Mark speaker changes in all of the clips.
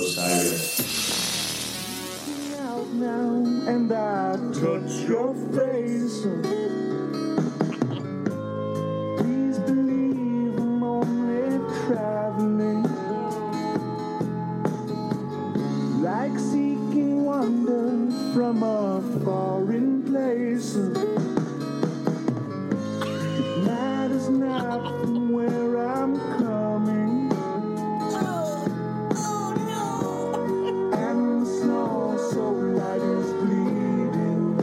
Speaker 1: Osiris.
Speaker 2: out now and I touch your face. Please believe I'm only traveling. Like seeking wonder from a foreign place. It matters not from where I'm coming. And the snow so light is bleeding.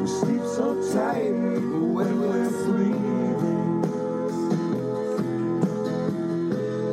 Speaker 2: We sleep so tight when we're sleeping.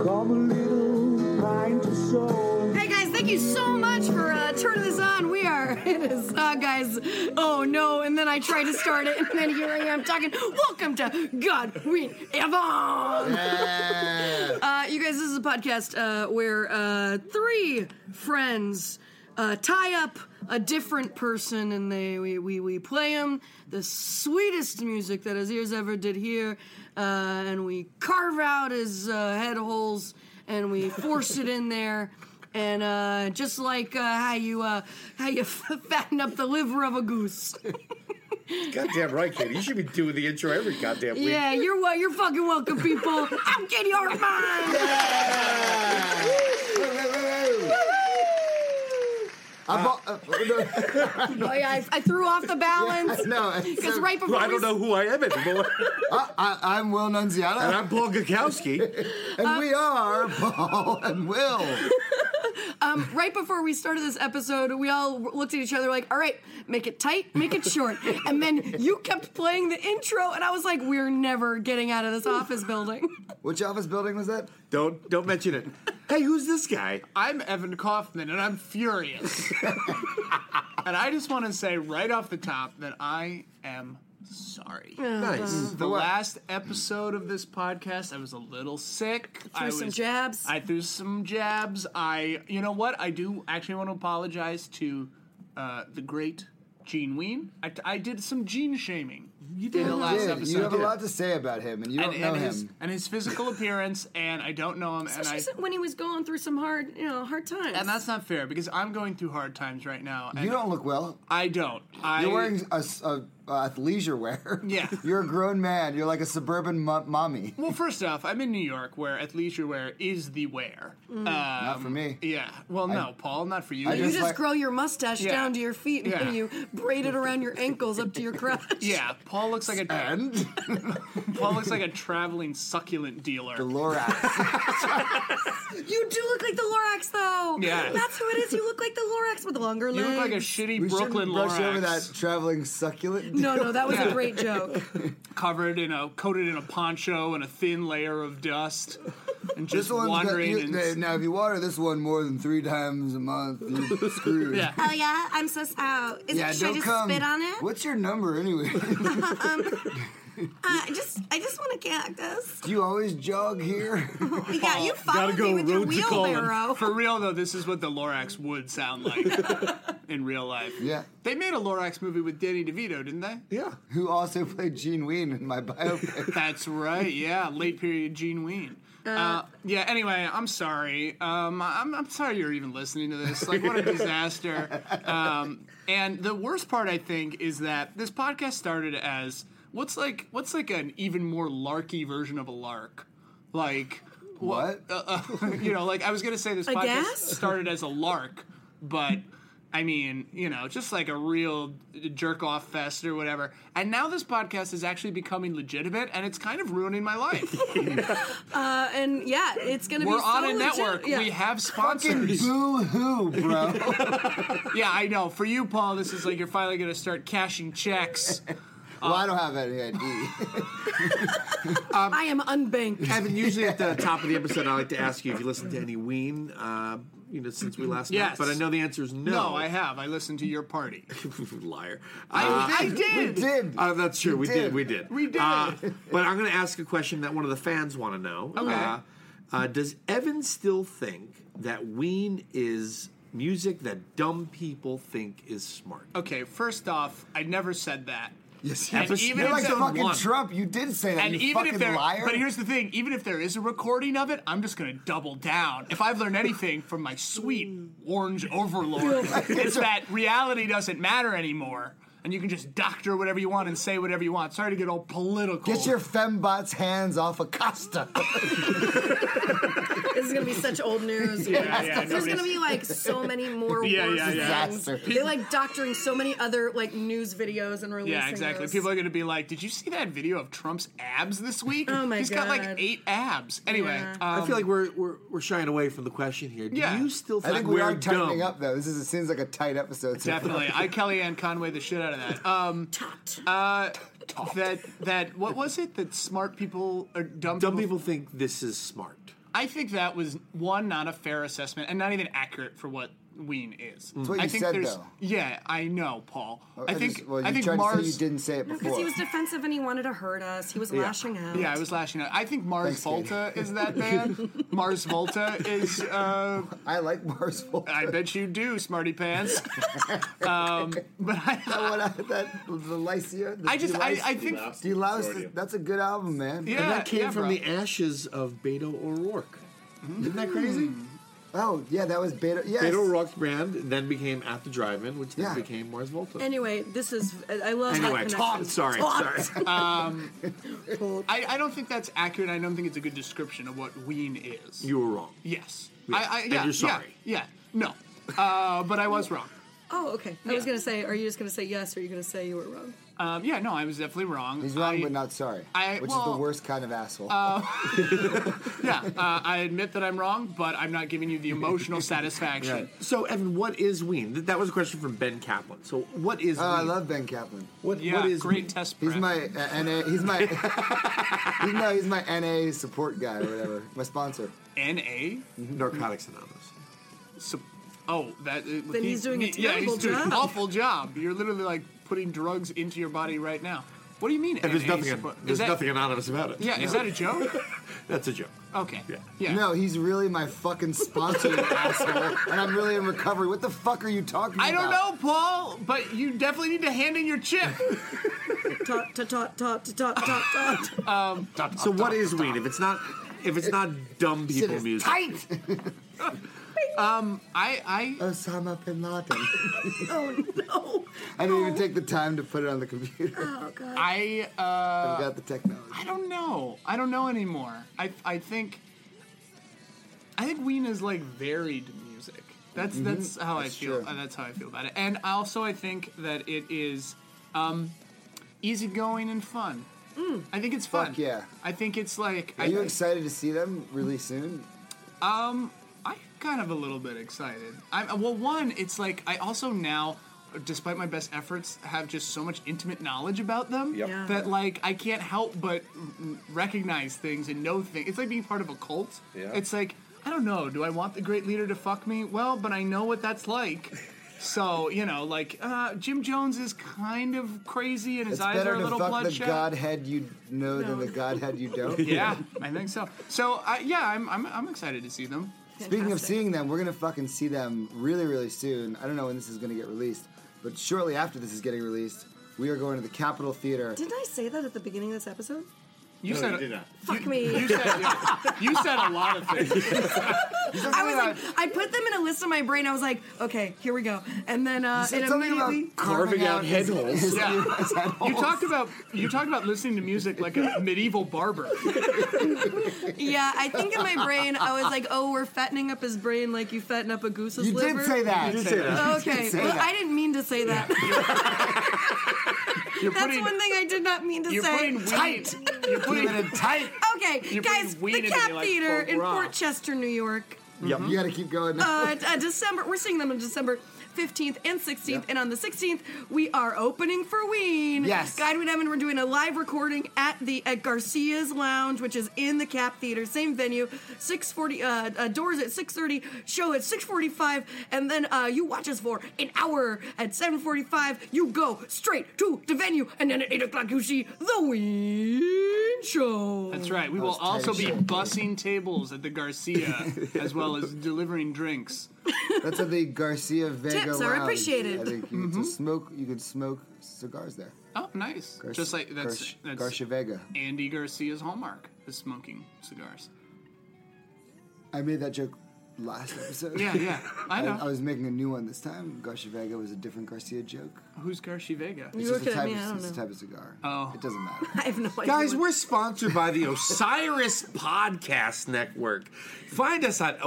Speaker 2: Come a little pint of soul.
Speaker 3: Hey guys, thank you so much for uh, turning this on. We are it is uh, guys. Oh no! And then I tried to start it, and then here I am talking. Welcome to Godwin Avon. Uh, you guys, this is a podcast uh, where uh, three friends uh, tie up a different person, and they we we, we play them the sweetest music that his ears ever did hear, uh, and we carve out his uh, head holes, and we force it in there. And uh, just like uh, how you uh, how you fatten up the liver of a goose,
Speaker 4: Goddamn right, Katie. You should be doing the intro every goddamn week.
Speaker 3: yeah, you're wel- you're fucking welcome, people. I'm Katie Hartman.
Speaker 5: I bought, uh, no,
Speaker 3: Oh, yeah, I, I threw off the balance.
Speaker 5: no,
Speaker 3: Because
Speaker 5: so-
Speaker 3: right
Speaker 4: Well,
Speaker 3: before
Speaker 4: I don't know who I am anymore.
Speaker 5: I, I, I'm Will
Speaker 4: and
Speaker 5: Nunziata,
Speaker 4: I'm Paul Gakowski.
Speaker 5: and we are Paul and Will.
Speaker 3: um, right before we started this episode, we all looked at each other like, "All right, make it tight, make it short." and then you kept playing the intro, and I was like, "We're never getting out of this office building."
Speaker 5: Which office building was that?
Speaker 4: Don't don't mention it. Hey, who's this guy?
Speaker 6: I'm Evan Kaufman, and I'm furious. and I just want to say right off the top that I am sorry.
Speaker 3: Uh-huh.
Speaker 4: Nice.
Speaker 6: The last episode of this podcast, I was a little sick. I
Speaker 3: Threw some
Speaker 6: was-
Speaker 3: jabs.
Speaker 6: I threw some jabs. I, you know what? I do actually want to apologize to uh, the great Gene Ween. I, I did some Gene shaming. You did in the last
Speaker 5: Dude,
Speaker 6: episode.
Speaker 5: you have a lot to say about him, and you don't
Speaker 6: and,
Speaker 5: know
Speaker 6: and
Speaker 5: him.
Speaker 6: his and his physical appearance, and I don't know him. and I,
Speaker 3: Especially when he was going through some hard, you know, hard times.
Speaker 6: and that's not fair because I'm going through hard times right now. And
Speaker 5: you don't look well.
Speaker 6: I don't. I,
Speaker 5: You're wearing a, s- a- uh, athleisure wear.
Speaker 6: Yeah.
Speaker 5: You're a grown man. You're like a suburban mo- mommy.
Speaker 6: Well, first off, I'm in New York, where athleisure wear is the wear.
Speaker 4: Mm-hmm.
Speaker 6: Uh,
Speaker 5: Not for me.
Speaker 6: yeah. Well, no, Paul, not for you.
Speaker 5: I
Speaker 3: you just
Speaker 5: like-
Speaker 3: grow your mustache
Speaker 6: Yeah.
Speaker 3: down to your feet, and then
Speaker 6: Yeah.
Speaker 3: you braid it around your ankles up to your crotch.
Speaker 6: yeah, Paul looks like a
Speaker 5: And
Speaker 6: Paul looks like a traveling succulent dealer.
Speaker 5: the Lorax.
Speaker 3: You do look like the Lorax, though.
Speaker 6: Yeah.
Speaker 3: That's who it is. You look like the Lorax with longer
Speaker 6: You
Speaker 3: legs.
Speaker 6: look like a shitty
Speaker 5: we
Speaker 6: Brooklyn
Speaker 5: shouldn't brush over
Speaker 6: Lorax
Speaker 5: that traveling succulent.
Speaker 3: no, no, that was a
Speaker 6: Yeah.
Speaker 3: great joke.
Speaker 6: covered in a coated in a poncho and a thin layer of dust, and just
Speaker 5: one's got- you-
Speaker 6: wandering.
Speaker 5: now-
Speaker 6: and,
Speaker 5: now, if you water this one more than three times a month, you're screwed.
Speaker 6: yeah.
Speaker 3: Oh yeah, I'm so oh. Is
Speaker 5: Yeah, don't come. What's your number anyway?
Speaker 3: I just I just want a cactus.
Speaker 5: Do you always jog here?
Speaker 3: Yeah, you
Speaker 4: follow me go with your road to Colin. wheelbarrow.
Speaker 6: For real though, this is what the Lorax would sound like in real life.
Speaker 5: yeah.
Speaker 6: They made a Lorax movie with Danny DeVito, didn't they?
Speaker 5: Yeah. Who also played Gene Ween in my biopic.
Speaker 6: That's right. Yeah, late period Gene Ween. Uh, yeah. Anyway, I'm sorry. Um, I'm, I'm sorry you're even listening to this. Like, what a disaster. Um, and the worst part, I think, is that this podcast started as what's like what's like an even more larky version of a lark, like
Speaker 5: What?
Speaker 6: Uh, you know, like I was gonna say this podcast
Speaker 3: gas?
Speaker 6: started as a lark, but I mean, you know, just like a real jerk off fest or whatever. And now this podcast is actually becoming legitimate, and it's kind of ruining my life.
Speaker 3: Uh, and yeah, it's gonna
Speaker 6: We're
Speaker 3: be.
Speaker 6: on
Speaker 3: so
Speaker 6: a
Speaker 3: legit-
Speaker 6: network.
Speaker 3: yeah.
Speaker 6: We have
Speaker 5: Fucking
Speaker 6: sponsors.
Speaker 5: boo hoo, bro.
Speaker 6: yeah, I know. For you, Paul, this is like you're finally gonna start cashing checks.
Speaker 5: well, I don't have any ID.
Speaker 3: I am unbanked.
Speaker 4: Evan, usually at the top of the episode, I like to ask you if you listen to any Ween, uh, you know, since we last
Speaker 6: Yes.
Speaker 4: met. But I know the answer is no.
Speaker 6: No, I have. I listened to your party.
Speaker 4: liar.
Speaker 6: I, I
Speaker 5: We
Speaker 6: did.
Speaker 5: did.
Speaker 4: Uh, that's true. We did.
Speaker 5: did.
Speaker 4: We did.
Speaker 6: We did.
Speaker 4: Uh, but I'm going to ask a question that one of the fans want to know.
Speaker 6: Okay.
Speaker 4: Uh, uh, does Evan still think that Ween is music that dumb people think is smart?
Speaker 6: Okay, first off, I never said that.
Speaker 5: Yes,
Speaker 6: And
Speaker 5: yes.
Speaker 6: even
Speaker 5: You're
Speaker 6: if
Speaker 5: like
Speaker 6: that-
Speaker 5: fucking
Speaker 4: one.
Speaker 5: Trump. You did say that.
Speaker 6: And
Speaker 5: you
Speaker 6: even
Speaker 5: fucking
Speaker 6: if there,
Speaker 5: liar.
Speaker 6: but here's the thing: even if there is a recording of it, I'm just going to double down. If I've learned anything from my sweet orange overlord, it's that reality doesn't matter anymore, and you can just doctor whatever you want and say whatever you want. Sorry to get all political.
Speaker 5: Get your fembots hands off Acosta.
Speaker 3: This is gonna be such old news.
Speaker 6: Yeah, yeah,
Speaker 3: There's gonna
Speaker 6: nobody's-
Speaker 3: be like so many more
Speaker 6: Yeah,
Speaker 3: wars
Speaker 6: yeah,
Speaker 3: and
Speaker 6: yeah.
Speaker 3: things.
Speaker 5: Disaster.
Speaker 3: They're like doctoring so many other like news videos and releasing.
Speaker 6: yeah, exactly.
Speaker 3: those.
Speaker 6: People are going to be like, "Did you see that video of Trump's abs this week?
Speaker 3: Oh my
Speaker 6: He's got
Speaker 3: God.
Speaker 6: like eight abs." Anyway,
Speaker 3: Yeah.
Speaker 6: um,
Speaker 4: I feel like we're, we're we're shying away from the question here. Do
Speaker 6: Yeah.
Speaker 4: you still
Speaker 5: I
Speaker 4: think,
Speaker 5: think we
Speaker 4: we're
Speaker 5: are
Speaker 4: dumb?
Speaker 5: tightening up though. This is it seems like a tight episode. so far.
Speaker 6: definitely. I Kellyanne Conway the shit out of that. Um,
Speaker 3: Tot.
Speaker 6: uh, that that what was it that smart people or dumb,
Speaker 4: Dumb
Speaker 6: people
Speaker 4: people think this is smart.
Speaker 6: I think that was one not a fair assessment and not even accurate for what Ween is. That's
Speaker 5: what
Speaker 6: I
Speaker 5: you
Speaker 6: think
Speaker 5: said,
Speaker 6: there's,
Speaker 5: though.
Speaker 6: Yeah, I know, Paul. I, think
Speaker 5: just- well, you
Speaker 6: I think
Speaker 5: tried
Speaker 6: Mars.
Speaker 5: to say you didn't say it before.
Speaker 3: Because he was defensive and he wanted to hurt us. He was lashing out.
Speaker 6: Yeah, I was lashing out. I think Mars
Speaker 5: Thanks,
Speaker 6: Volta is that band. Mars Volta is. Uh,
Speaker 5: I like Mars Volta.
Speaker 6: I bet you do, Smarty Pants. um, but I,
Speaker 5: that one, I- that the Lycia. The
Speaker 6: I just I, I think
Speaker 5: Delouse. That's a good album, man.
Speaker 6: yeah,
Speaker 4: and that came
Speaker 6: yeah,
Speaker 4: from
Speaker 6: bro.
Speaker 4: the ashes of Beto O'Rourke. Isn't that crazy?
Speaker 5: Oh yeah, that was Beta. Yes.
Speaker 4: Beto O'Rourke's brand then became At the Drive-In, which then
Speaker 5: Yeah.
Speaker 4: became Mars Volta.
Speaker 3: Anyway, this is. I I love. that
Speaker 4: anyway,
Speaker 3: connection.
Speaker 4: Todd, sorry,
Speaker 3: Tot.
Speaker 4: sorry.
Speaker 6: I, I don't think that's accurate. I don't think it's a good description of what Ween is.
Speaker 4: you were wrong.
Speaker 6: yes.
Speaker 4: Yes,
Speaker 6: I, I,
Speaker 4: and
Speaker 6: yeah,
Speaker 4: you're sorry.
Speaker 6: Yeah, yeah. No. Uh, but I was wrong.
Speaker 3: Oh, okay. I
Speaker 6: Yeah.
Speaker 3: was gonna say, are you just gonna say yes, or are you gonna say you were wrong?
Speaker 6: Um, yeah, no, I was definitely wrong.
Speaker 5: He's wrong,
Speaker 6: I-
Speaker 5: but not sorry.
Speaker 6: I-
Speaker 5: which is
Speaker 6: well- uh,
Speaker 5: the worst kind of asshole.
Speaker 6: Yeah, uh, I admit that I'm wrong, but I'm not giving you the emotional satisfaction.
Speaker 4: So, Evan, what is Ween? Th- That was a question from Ben Kaplan. So, what is?
Speaker 5: oh, I
Speaker 4: Ween?
Speaker 5: love Ben Kaplan.
Speaker 4: What,
Speaker 6: Yeah,
Speaker 4: what is
Speaker 6: great
Speaker 4: Ween?
Speaker 6: test prep.
Speaker 5: He's my uh, NA. He's my. he's my. He's my NA support guy or whatever. My sponsor.
Speaker 6: NA.
Speaker 4: Narcotics Anonymous.
Speaker 6: So, oh, that. Uh,
Speaker 3: Then he's doing a
Speaker 6: yeah, he's
Speaker 3: terrible
Speaker 6: doing an
Speaker 3: job.
Speaker 6: awful job. You're literally like putting drugs into your body right now. What do you mean?
Speaker 4: And there's
Speaker 6: NA
Speaker 4: nothing.
Speaker 6: support- is
Speaker 4: there's
Speaker 6: that-
Speaker 4: nothing anonymous about it.
Speaker 6: Yeah, is that a joke?
Speaker 4: That's a joke.
Speaker 6: Okay.
Speaker 4: Yeah.
Speaker 5: No, he's really my fucking sponsor, you asshole. And I'm really in recovery. What the fuck are you talking about?
Speaker 6: I don't know, Paul, but you definitely need to hand in your chip.
Speaker 3: Tot, tot, tot, tot, tot, tot, tot.
Speaker 4: So, what is Ween? If it's not, if it's not dumb
Speaker 5: Shit
Speaker 4: people
Speaker 5: is
Speaker 4: music,
Speaker 5: tight.
Speaker 6: Um, I, I
Speaker 5: Osama bin Laden.
Speaker 3: Oh no.
Speaker 5: I didn't even take the time to put it on the computer.
Speaker 3: Oh god.
Speaker 6: I uh,
Speaker 5: I've got the technology.
Speaker 6: I don't know. I don't know anymore. I I think I think Ween is like varied music. That's that's how
Speaker 5: Mm-hmm. That's
Speaker 6: I feel.
Speaker 5: true.
Speaker 6: uh, That's how I feel about it. And also, I think that it is um, easygoing and fun. I think it's fun.
Speaker 5: Mm. Fuck yeah.
Speaker 6: I think it's like
Speaker 5: Are
Speaker 6: I,
Speaker 5: you excited to see them really soon?
Speaker 6: I'm kind of a little bit excited. I'm well, one, it's like I also now, despite my best efforts, have just so much intimate knowledge about them
Speaker 4: Yep.
Speaker 3: Yeah.
Speaker 6: that like I can't help but r- recognize things and know things. It's like being part of a cult.
Speaker 4: Yeah.
Speaker 6: It's like I don't know. Do I want the great leader to fuck me? Well, but I know what that's like. So you know, like uh, Jim Jones is kind of crazy, and his
Speaker 5: It's
Speaker 6: eyes are
Speaker 5: better
Speaker 6: a
Speaker 5: to
Speaker 6: little
Speaker 5: fuck the
Speaker 6: bloodshot.
Speaker 5: godhead you know than the
Speaker 3: No.
Speaker 5: godhead you don't.
Speaker 6: yeah, I think so. So uh, yeah, I'm, I'm I'm excited to see them.
Speaker 5: Speaking of
Speaker 3: Fantastic.
Speaker 5: seeing them, we're gonna fucking see them really, really soon. I don't know when this is gonna get released, but shortly after this is getting released, we are going to the Capitol Theater.
Speaker 3: Didn't I say that at the beginning of this episode?
Speaker 6: You said
Speaker 1: you did not.
Speaker 3: Fuck me.
Speaker 6: You said, yeah, you said a lot of things.
Speaker 3: I was like, I put them in a list in my brain. I was like, okay, here we go. And then uh,
Speaker 5: Said
Speaker 3: it
Speaker 5: something about
Speaker 3: immediately.
Speaker 4: carving out head holes.
Speaker 6: Yeah.
Speaker 5: head
Speaker 6: You
Speaker 5: holes.
Speaker 6: talked about you talked about listening to music like a medieval barber.
Speaker 3: yeah, I think in my brain, I was like, oh, we're fattening up his brain like you fatten up a goose's
Speaker 5: You
Speaker 3: liver. Oh,
Speaker 5: did say that.
Speaker 4: You did say that.
Speaker 3: Okay,
Speaker 5: say
Speaker 3: well,
Speaker 5: that.
Speaker 3: I didn't mean to say that.
Speaker 6: You're
Speaker 3: That's
Speaker 6: putting
Speaker 3: one thing I did not mean to
Speaker 6: you're
Speaker 3: say.
Speaker 6: putting weed. You're putting
Speaker 5: Keep it in tight.
Speaker 3: okay,
Speaker 6: you're putting
Speaker 3: guys,
Speaker 6: weed
Speaker 3: the
Speaker 6: into
Speaker 3: Cat
Speaker 6: me like
Speaker 3: Theater
Speaker 6: folk
Speaker 3: in
Speaker 6: rock.
Speaker 3: Fort Chester, New York.
Speaker 5: Yep. You gotta keep going.
Speaker 3: Uh, uh, December, we're seeing them on December. 15th and 16th, and on the 16th, we are opening for Ween.
Speaker 5: Yes.
Speaker 3: Guidewood Emin, we're doing a live recording at the at Garcia's Lounge, which is in the Cap Theater, same venue, 640, uh, uh, doors at 6.30, show at 6.45, and then uh, you watch us for an hour at 7.45. You go straight to the venue, and then at 8 o'clock, you see the Ween show.
Speaker 6: That's right. We
Speaker 5: That
Speaker 6: will
Speaker 5: was
Speaker 6: also be
Speaker 5: tension.
Speaker 6: bussing tables at the Garcia as well as delivering drinks.
Speaker 5: That's at the Garcia Vega Indigo
Speaker 3: tips are
Speaker 5: Lounge.
Speaker 3: appreciated.
Speaker 5: I think you
Speaker 4: Mm-hmm.
Speaker 5: can smoke. You can smoke cigars there.
Speaker 6: Oh, nice.
Speaker 5: Garci-
Speaker 6: Just like that's
Speaker 5: Garci-
Speaker 6: that's
Speaker 5: Garcia Vega.
Speaker 6: Andy Garcia's hallmark is smoking cigars.
Speaker 5: I made that joke last episode.
Speaker 6: Yeah, yeah. I
Speaker 5: I,
Speaker 6: know.
Speaker 5: I was making a new one this time. Garcia Vega was a different Garcia joke.
Speaker 6: Who's Garcia Vega?
Speaker 3: You
Speaker 5: It's just
Speaker 3: look
Speaker 5: a
Speaker 3: at
Speaker 5: type,
Speaker 3: me,
Speaker 5: of,
Speaker 3: I don't
Speaker 5: it's a
Speaker 3: know.
Speaker 5: type of cigar.
Speaker 6: Oh.
Speaker 5: It doesn't matter.
Speaker 3: I have no idea.
Speaker 4: Guys,
Speaker 3: what-
Speaker 4: we're sponsored by the Osiris Podcast Network. Find us at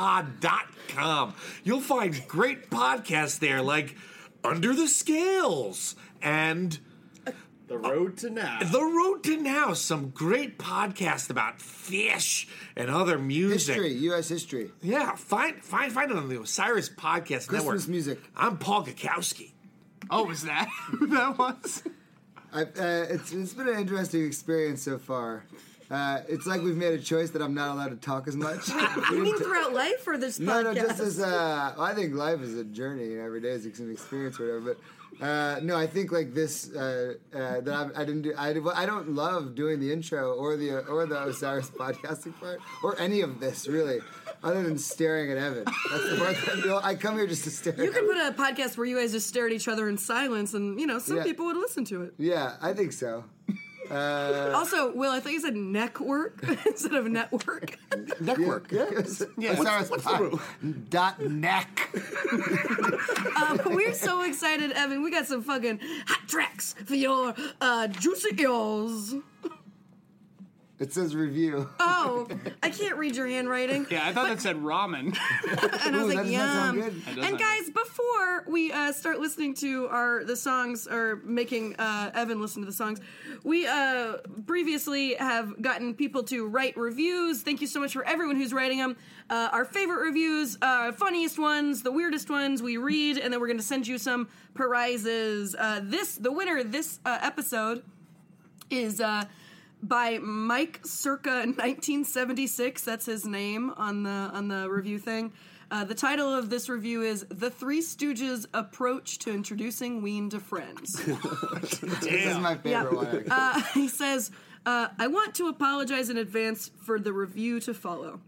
Speaker 4: osirispod.com. You'll find great podcasts there like Under the Scales and
Speaker 1: The road to now.
Speaker 4: The Road to Now, some great podcasts about fish and other music.
Speaker 5: History, U.S. history.
Speaker 4: Yeah, find find find it on the Osiris Podcast Network.
Speaker 5: Christmas music.
Speaker 4: I'm Paul Gakowski.
Speaker 6: Oh, was that who that was?
Speaker 5: I, uh, it's, it's been an interesting experience so far. Uh, it's like we've made a choice that I'm not allowed to talk as much. We
Speaker 3: You
Speaker 5: didn't
Speaker 3: mean
Speaker 5: ta-
Speaker 3: throughout life or this
Speaker 5: no,
Speaker 3: podcast?
Speaker 5: no, just as uh, I think life is a journey and every day is an experience or whatever. But uh, no, I think like this uh, uh, that I've, I didn't do. I, I don't love doing the intro or the or the Osiris podcasting part or any of this really, other than staring at Evan. That's the part that no, I come here just to stare.
Speaker 3: You
Speaker 5: at Evan.
Speaker 3: could put a podcast where you guys just stare at each other in silence, and you know some
Speaker 5: Yeah.
Speaker 3: people would listen to it.
Speaker 5: yeah, I think so.
Speaker 3: also, Will, I think you said neck work instead of network.
Speaker 4: Network.
Speaker 5: Yeah, Osiris pod dot neck.
Speaker 3: um, we're so excited, Evan. We got some fucking hot tracks for your uh, juicy ears.
Speaker 5: It says review.
Speaker 3: Oh, I can't read your handwriting.
Speaker 6: Yeah, I thought that said ramen.
Speaker 3: and I was
Speaker 5: Ooh,
Speaker 3: like,
Speaker 5: that does not sound
Speaker 3: "Yum!"
Speaker 5: good. That
Speaker 6: does
Speaker 3: And
Speaker 6: not sound
Speaker 3: guys, before we uh, start listening to our the songs or making uh, Evan listen to the songs, we uh, previously have gotten people to write reviews. Thank you so much for everyone who's writing them. Uh, our favorite reviews, uh, funniest ones, the weirdest ones, we read, and then we're going to send you some prizes. Uh, this the winner this uh, episode is. Uh, by Mike circa 1976. That's his name on the on the review thing. Uh, the title of this review is "The Three Stooges' Approach to Introducing Ween to Friends."
Speaker 5: This is my favorite
Speaker 3: Yeah.
Speaker 5: one. actually.
Speaker 3: he says, uh, "I want to apologize in advance for the review to follow."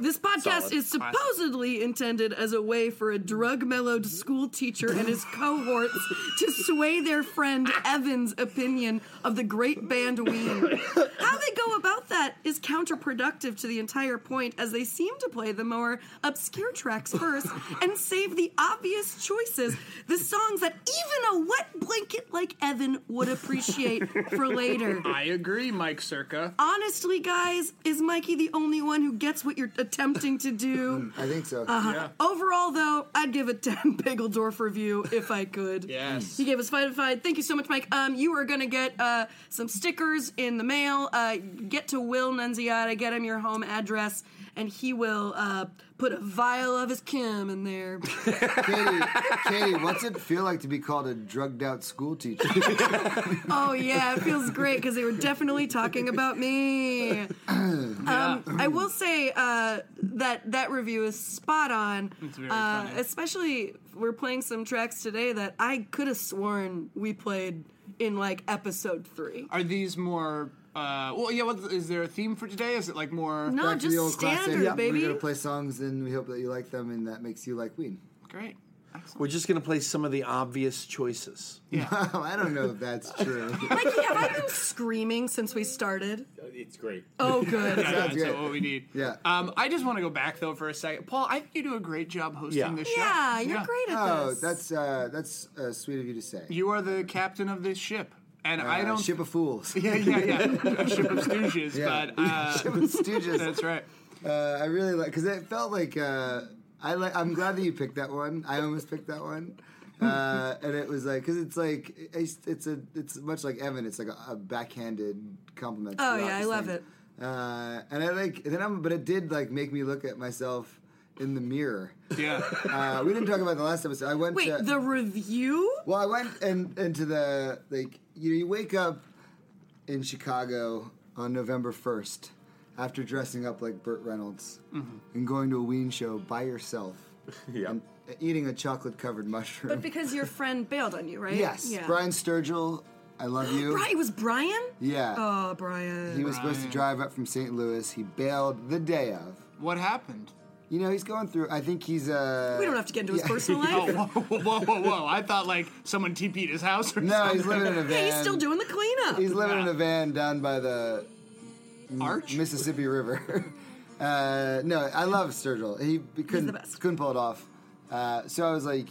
Speaker 3: This podcast is supposedly intended as a way for a drug mellowed school teacher and his cohorts to sway their friend Evan's opinion of the great band Ween. How they go about that is counterproductive to the entire point, as they seem to play the more obscure tracks first and save the obvious choices, the songs that even a wet blanket like Evan would appreciate for later.
Speaker 6: I agree, Mike Circa.
Speaker 3: Honestly, guys, is Mikey the only one who gets what you're attempting to do?
Speaker 5: I think so.
Speaker 3: uh-huh. Overall, though, I'd give a 10 Pigeldorf review if I could.
Speaker 6: Yes.
Speaker 3: He gave us five out of five. Thank you so much, Mike. Um, you are gonna get uh, some stickers in the mail. Uh, get to Will Nunziata, get him your home address, and he will uh, put a vial of his Kim in there.
Speaker 5: Katie, Katie, what's it feel like to be called a drugged out school teacher?
Speaker 3: oh yeah, it feels great because they were definitely talking about me. Um, I will say uh, that that review is spot on.
Speaker 6: It's very
Speaker 3: uh,
Speaker 6: funny.
Speaker 3: Especially we're playing some tracks today that I could have sworn we played in like episode three.
Speaker 6: Are these more? Uh, well, yeah. What is there a theme for today? Is it like more?
Speaker 3: No,
Speaker 5: Back to the
Speaker 3: just
Speaker 5: old
Speaker 3: standard,
Speaker 5: classic.
Speaker 3: baby.
Speaker 5: We're gonna play songs, and we hope that you like them, and that makes you like Ween.
Speaker 6: Great. Excellent.
Speaker 4: We're just going to play some of the obvious choices.
Speaker 6: Yeah.
Speaker 5: I don't know if that's true.
Speaker 3: Mikey, have I been screaming since we started?
Speaker 1: It's great.
Speaker 3: Oh, good.
Speaker 6: That's
Speaker 5: great.
Speaker 6: what we need.
Speaker 5: Yeah.
Speaker 6: Um, I just want to go back though for a second, Paul. I think you do a great job hosting
Speaker 4: Yeah.
Speaker 6: this show.
Speaker 3: Yeah, you're great at
Speaker 5: oh,
Speaker 3: this.
Speaker 5: that's uh, that's uh, sweet of you to say.
Speaker 6: You are the captain of this ship, and I
Speaker 5: Uh,
Speaker 6: don't.
Speaker 5: ship of fools.
Speaker 6: yeah, yeah, yeah. A ship of stooges,
Speaker 5: Yeah.
Speaker 6: but uh,
Speaker 5: Ship of Stooges.
Speaker 6: that's right.
Speaker 5: Uh, I really like because it felt like uh, I like. I'm glad that you picked that one. I almost picked that one. Uh, and it was like, because it's like, it's, it's a, it's much like Evan. It's like a, a backhanded compliment.
Speaker 3: Oh,
Speaker 5: throughout
Speaker 3: yeah, I
Speaker 5: this
Speaker 3: love
Speaker 5: thing.
Speaker 3: it.
Speaker 5: Uh, and I like then I'm, but it did like make me look at myself in the mirror.
Speaker 6: Yeah.
Speaker 5: Uh, we didn't talk about the last episode. I went.
Speaker 3: Wait,
Speaker 5: to,
Speaker 3: the review?
Speaker 5: well, I went and into the like you know you wake up in Chicago on November first after dressing up like Burt Reynolds and going to a Ween show by yourself
Speaker 1: Yeah.
Speaker 5: and eating a chocolate covered mushroom.
Speaker 3: But because your friend bailed on you, right?
Speaker 5: yes,
Speaker 3: Yeah.
Speaker 5: Brian Sturgill, I love you.
Speaker 3: Bri- it was Brian?
Speaker 5: Yeah,
Speaker 3: Oh, Brian.
Speaker 5: he was supposed to drive up from St. Louis. He bailed the day of.
Speaker 6: what happened?
Speaker 5: You know, he's going through. I think he's. Uh,
Speaker 3: We don't have to get into his personal
Speaker 6: Oh,
Speaker 3: life.
Speaker 6: whoa, whoa, whoa, whoa. I thought like someone TP'd his house or
Speaker 5: No, he's living in a van.
Speaker 3: Yeah, he's still doing the cleanup.
Speaker 5: He's living in a van down by the
Speaker 6: arch.
Speaker 5: Mississippi River. uh, no, I love Sturgill. He couldn't
Speaker 3: the best.
Speaker 5: couldn't pull it off. Uh, so I was like,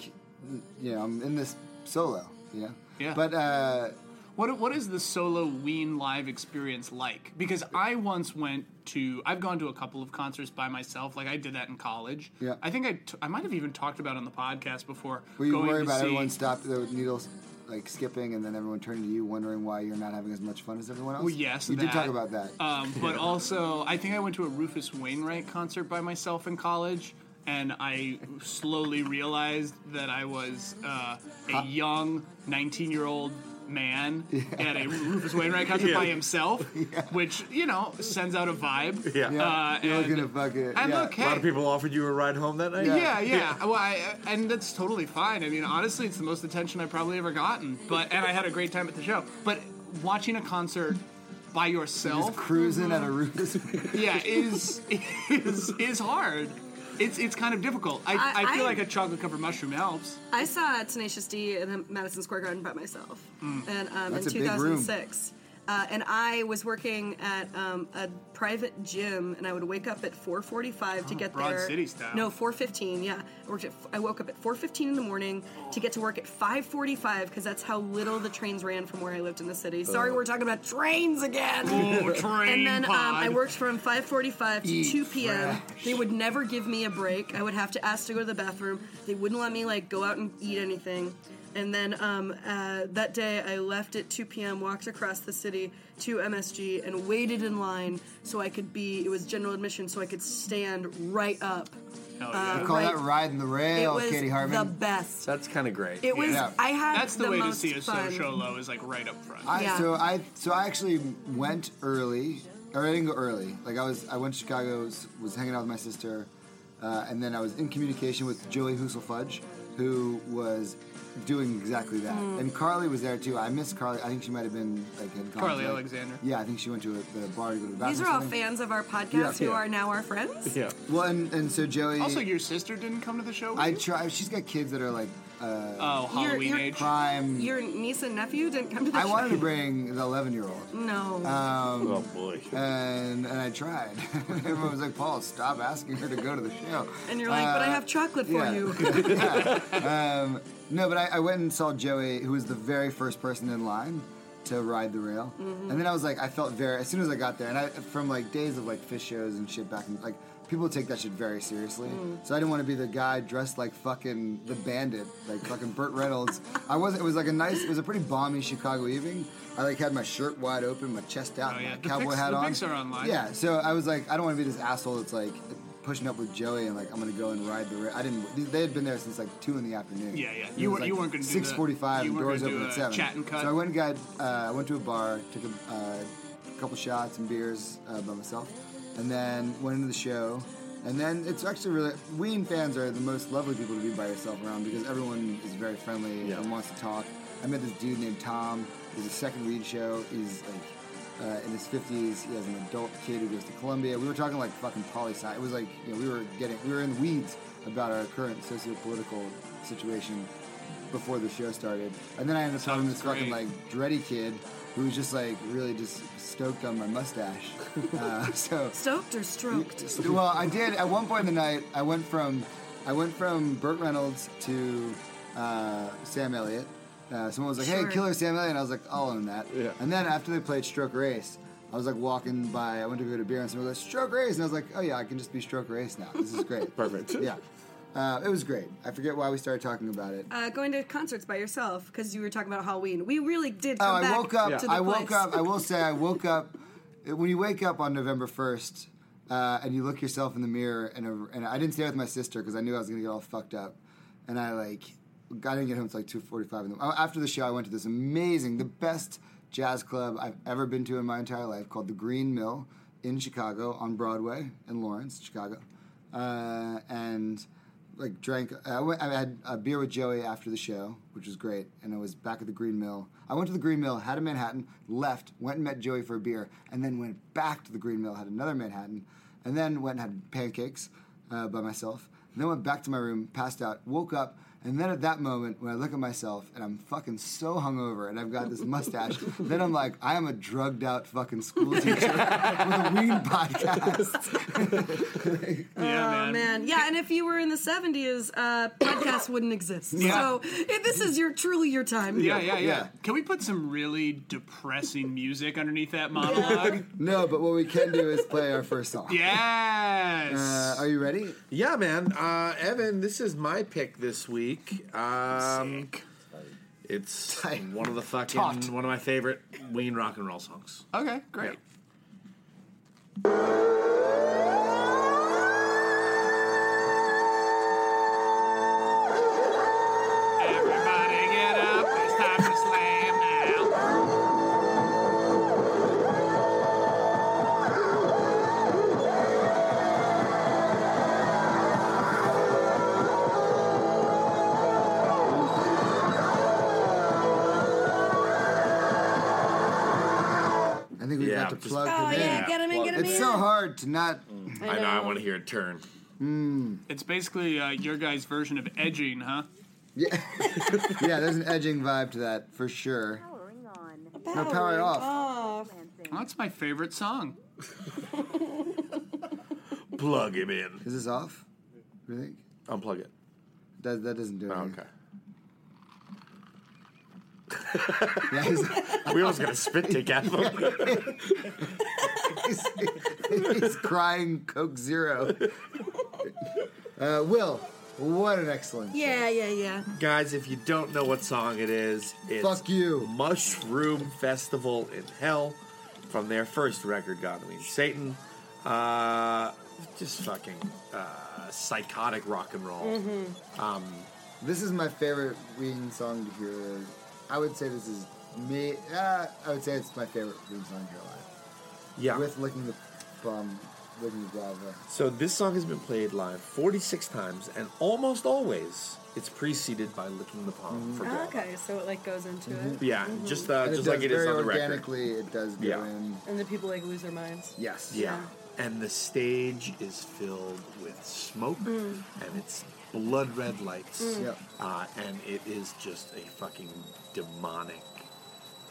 Speaker 5: you know, I'm in this solo. You know.
Speaker 6: Yeah.
Speaker 5: But uh,
Speaker 6: What what is the solo Ween live experience like? Because I once went to I've gone to a couple of concerts by myself. Like I did that in college.
Speaker 5: Yeah.
Speaker 6: I think I, t- I might have even talked about it on the podcast before.
Speaker 5: were you
Speaker 6: going
Speaker 5: worried
Speaker 6: to
Speaker 5: about
Speaker 6: see-
Speaker 5: everyone stopped the needles? Like skipping, and then everyone turning to you, wondering why you're not having as much fun as everyone else.
Speaker 6: Well, yes,
Speaker 5: you did
Speaker 6: that.
Speaker 5: talk about that.
Speaker 6: Um, but also, I think I went to a Rufus Wainwright concert by myself in college, and I slowly realized that I was uh, a young 19 year old man at a Rufus Wainwright concert by himself, which, you know, sends out a vibe.
Speaker 4: Yeah.
Speaker 5: yeah,
Speaker 6: uh,
Speaker 5: you're
Speaker 6: and-
Speaker 5: looking to fucking.
Speaker 6: And
Speaker 5: yeah.
Speaker 6: look,
Speaker 4: A lot of
Speaker 6: hey,
Speaker 4: people offered you a ride home that night.
Speaker 6: Yeah, yeah. Well, I, and that's totally fine. I mean, honestly, it's the most attention I've probably ever gotten. But and I had a great time at the show. But watching a concert by
Speaker 5: just
Speaker 6: yourself,
Speaker 5: cruising at a
Speaker 6: Mm-hmm.
Speaker 5: Rufus.
Speaker 6: yeah, is is is hard. It's it's kind of difficult. I,
Speaker 3: I-
Speaker 6: I, feel
Speaker 3: I-
Speaker 6: like a chocolate covered mushroom helps.
Speaker 3: I saw Tenacious D in the Madison Square Garden by myself, and um, in
Speaker 5: Mm. That's a big room.
Speaker 3: 2006. Uh, and I was working at um, a private gym, and I would wake up at 4:45
Speaker 5: Oh,
Speaker 3: to get
Speaker 6: Broad
Speaker 3: there.
Speaker 6: City style.
Speaker 3: No, 4:15. Yeah, I worked. At, I woke up at 4:15 in the morning to get to work at 5:45 because that's how little the trains ran from where I lived in the city. Sorry, we're talking about trains again.
Speaker 6: Oh, train
Speaker 3: And then um, I
Speaker 6: pod.
Speaker 3: worked from 5:45 to 2 p.m. They would never give me a break. I would have to ask to go to the bathroom. They wouldn't let me like go out and eat anything. And then um, uh, that day, I left at 2 p.m., walked across the city to MSG, and waited in line so I could be. It was general admission, so I could stand right up. uh,
Speaker 6: Hell yeah.
Speaker 5: Call
Speaker 3: Right.
Speaker 5: that riding the rail,
Speaker 3: it was
Speaker 5: Katie Harmon.
Speaker 3: the best.
Speaker 4: That's kind of great.
Speaker 3: It was.
Speaker 5: Yeah.
Speaker 3: I had
Speaker 6: That's the, way to
Speaker 3: most
Speaker 6: see a
Speaker 3: fun.
Speaker 6: show low is like right up front.
Speaker 5: I,
Speaker 3: Yeah.
Speaker 5: So I so I actually went early, or I didn't go early. Like I was, I went to Chicago, was, was hanging out with my sister, uh, and then I was in communication with Joey Hoosel Fudge, who was doing exactly that.
Speaker 3: Hmm.
Speaker 5: And Carly was there too. I missed Carly. I think she might have been like had gone
Speaker 6: Carly
Speaker 5: to, like-
Speaker 6: Alexander.
Speaker 5: Yeah, I think she went to a, the bar to go to the bathroom.
Speaker 3: These
Speaker 5: or
Speaker 3: are all
Speaker 5: something.
Speaker 3: fans of our podcast
Speaker 5: Yeah.
Speaker 3: who
Speaker 5: Yeah.
Speaker 3: are now our friends.
Speaker 4: yeah.
Speaker 5: Well, and, and so Joey.
Speaker 6: also, your sister didn't come to the show. with
Speaker 5: I
Speaker 6: you?
Speaker 5: try. She's got kids that are like
Speaker 6: oh, Halloween
Speaker 3: you're-
Speaker 6: age.
Speaker 5: prime.
Speaker 3: Your niece and nephew didn't come to the
Speaker 5: I
Speaker 3: show.
Speaker 5: wanted to bring the eleven-year-old.
Speaker 3: no.
Speaker 1: Oh boy.
Speaker 5: and and I tried. Everyone was like, "Paul, stop asking her to go to the show."
Speaker 3: And you're like, but I
Speaker 5: Uh,
Speaker 3: have chocolate for
Speaker 5: yeah.
Speaker 3: you.
Speaker 5: No, but I, I went and saw Joey, who was the very first person in line to ride the rail, and then I was like, I felt very as soon as I got there, and I from like days of like fish shows and shit back in like people take that shit very seriously, so I didn't want to be the guy dressed like fucking the bandit, like fucking Burt Reynolds. I wasn't. It was like a nice. It was a pretty balmy Chicago evening. I like had my shirt wide open, my chest out,
Speaker 6: Oh,
Speaker 5: and
Speaker 6: yeah.
Speaker 5: my
Speaker 6: The
Speaker 5: cowboy
Speaker 6: pics-
Speaker 5: hat
Speaker 6: the
Speaker 5: on.
Speaker 6: pics are online.
Speaker 5: Yeah, so I was like, I don't want to be this asshole that's like pushing up with Joey and like I'm gonna go and ride the. Ra- I didn't. They had been there since like two in the afternoon.
Speaker 6: Yeah, yeah.
Speaker 5: It
Speaker 6: You
Speaker 5: was,
Speaker 6: weren't- you weren't gonna do the-
Speaker 5: 6:45.
Speaker 6: you
Speaker 5: and
Speaker 6: weren't
Speaker 5: doors
Speaker 6: gonna
Speaker 5: open
Speaker 6: do
Speaker 5: at
Speaker 6: a
Speaker 5: seven.
Speaker 6: chat and cut.
Speaker 5: So I went and got. Uh, I went to a bar, took a, uh, a couple shots and beers uh, by myself, and then went into the show. And then it's actually really Ween fans are the most lovely people to be by yourself around because everyone is very friendly
Speaker 1: Yeah.
Speaker 5: and wants to talk. I met this dude named Tom. He's a second weed show. He's like uh, in his 50s. He has an adult kid who goes to Columbia. We were talking like fucking poli sci. It was like you know we were getting we were in the weeds about our current socio-political situation before the show started. And then I ended up talking to this
Speaker 6: Sounds
Speaker 5: fucking
Speaker 6: great.
Speaker 5: like dready kid who was just like really just stoked on my mustache. uh, so
Speaker 3: Stoked or stroked?
Speaker 5: well, I did at one point in the night. I went from I went from Burt Reynolds to uh, Sam Elliott. Uh, someone was like,
Speaker 3: Sure.
Speaker 5: "Hey, Killer Sam Elliott," and I was like, "I'll own that."
Speaker 1: Yeah.
Speaker 5: And then after they played Stroke Race, I was like walking by. I went to go to beer, and someone was like, "Stroke Race," and I was like, "Oh yeah, I can just be Stroke Race now. This is great."
Speaker 1: Perfect.
Speaker 5: Yeah, uh, it was great. I forget why we started talking about it.
Speaker 3: Uh, going to concerts by yourself because you were talking about Halloween. We really did.
Speaker 5: Oh,
Speaker 3: Come
Speaker 5: I
Speaker 3: back
Speaker 5: woke up.
Speaker 3: To the
Speaker 5: I woke
Speaker 3: place.
Speaker 5: up. I will say, I woke up. When you wake up on November first, uh, and you look yourself in the mirror, and a, and I didn't stay with my sister because I knew I was gonna get all fucked up, and I like, I didn't get home until like two forty five in the morning. After the show, I went to this amazing, the best jazz club I've ever been to in my entire life, called the Green Mill in Chicago on Broadway in Lawrence, Chicago, uh, and like drank. I, went, I had a beer with Joey after the show, which was great, and I was back at the Green Mill. I went to the Green Mill, had a Manhattan, left, went and met Joey for a beer, and then went back to the Green Mill, had another Manhattan, and then went and had pancakes. uh, by myself. And then went back to my room, passed out, woke up, and then at that moment, when I look at myself and I'm fucking so hungover and I've got this mustache, then I'm like, I am a drugged out fucking school teacher with a weed podcast.
Speaker 6: yeah,
Speaker 3: Oh man, yeah, and if you were in the '70s, uh, podcasts wouldn't exist.
Speaker 6: Yeah.
Speaker 3: So if this is your truly your time.
Speaker 6: Yeah, yeah, yeah,
Speaker 5: Yeah.
Speaker 6: Can we put some really depressing music underneath that monologue?
Speaker 5: No, but what we can do is play our first song.
Speaker 6: yes.
Speaker 5: Uh, are you ready?
Speaker 4: Yeah, man. Uh, Evan, this is my pick this week. Um,
Speaker 6: Sick.
Speaker 4: It's
Speaker 5: Tight.
Speaker 4: one of the fucking
Speaker 6: Taut.
Speaker 4: one of my favorite Ween rock and roll songs.
Speaker 6: Okay, great. Everybody get up! It's time to slam now.
Speaker 5: I think we
Speaker 4: Yeah,
Speaker 5: have to
Speaker 4: just- Mm.
Speaker 5: plug
Speaker 3: Oh
Speaker 5: it in.
Speaker 3: yeah, get him in, get him
Speaker 5: It's
Speaker 3: in.
Speaker 5: so hard to not.
Speaker 4: I know, I want to hear it turn.
Speaker 6: It's basically uh, your guys' version of edging, huh?
Speaker 5: Yeah. yeah, there's an edging vibe to that for sure.
Speaker 7: Powering on.
Speaker 5: No, power it off.
Speaker 7: Lancing.
Speaker 6: Well, that's my favorite song.
Speaker 4: Plug him in.
Speaker 5: Is this off? What do you think?
Speaker 4: Unplug it.
Speaker 5: That, that doesn't do
Speaker 4: Oh,
Speaker 5: anything.
Speaker 4: okay.
Speaker 5: Yeah, he's,
Speaker 4: We almost got a spit take out of him.
Speaker 5: he's, he's crying Coke Zero. Uh, Will, what an excellent.
Speaker 3: Yeah, yeah, yeah.
Speaker 4: Guys, if you don't know what song it is, it's
Speaker 5: Fuck you.
Speaker 4: Mushroom Festival in Hell from their first record, God Ween Satan. Uh, just fucking uh, psychotic rock and roll.
Speaker 5: This is my favorite Ween song to hear. I would say this is me. Uh, I would say it's my favorite Ween song to hear live.
Speaker 4: Yeah.
Speaker 5: With Licking the Bum, Licking the Lava.
Speaker 4: So this song has been played live 46 times, and almost always it's preceded by licking the palm for God.
Speaker 3: Mm-hmm. Okay, so it like goes into it,
Speaker 4: Yeah, just uh,
Speaker 5: And
Speaker 4: just
Speaker 5: it does
Speaker 4: like it is
Speaker 5: very
Speaker 4: on the record.
Speaker 5: organically, it does go
Speaker 4: Yeah.
Speaker 5: in.
Speaker 3: and then people like lose their minds.
Speaker 5: Yes.
Speaker 4: Yeah. And the stage is filled with smoke, and it's blood red lights,
Speaker 5: Yep.
Speaker 4: uh, and it is just a fucking demonic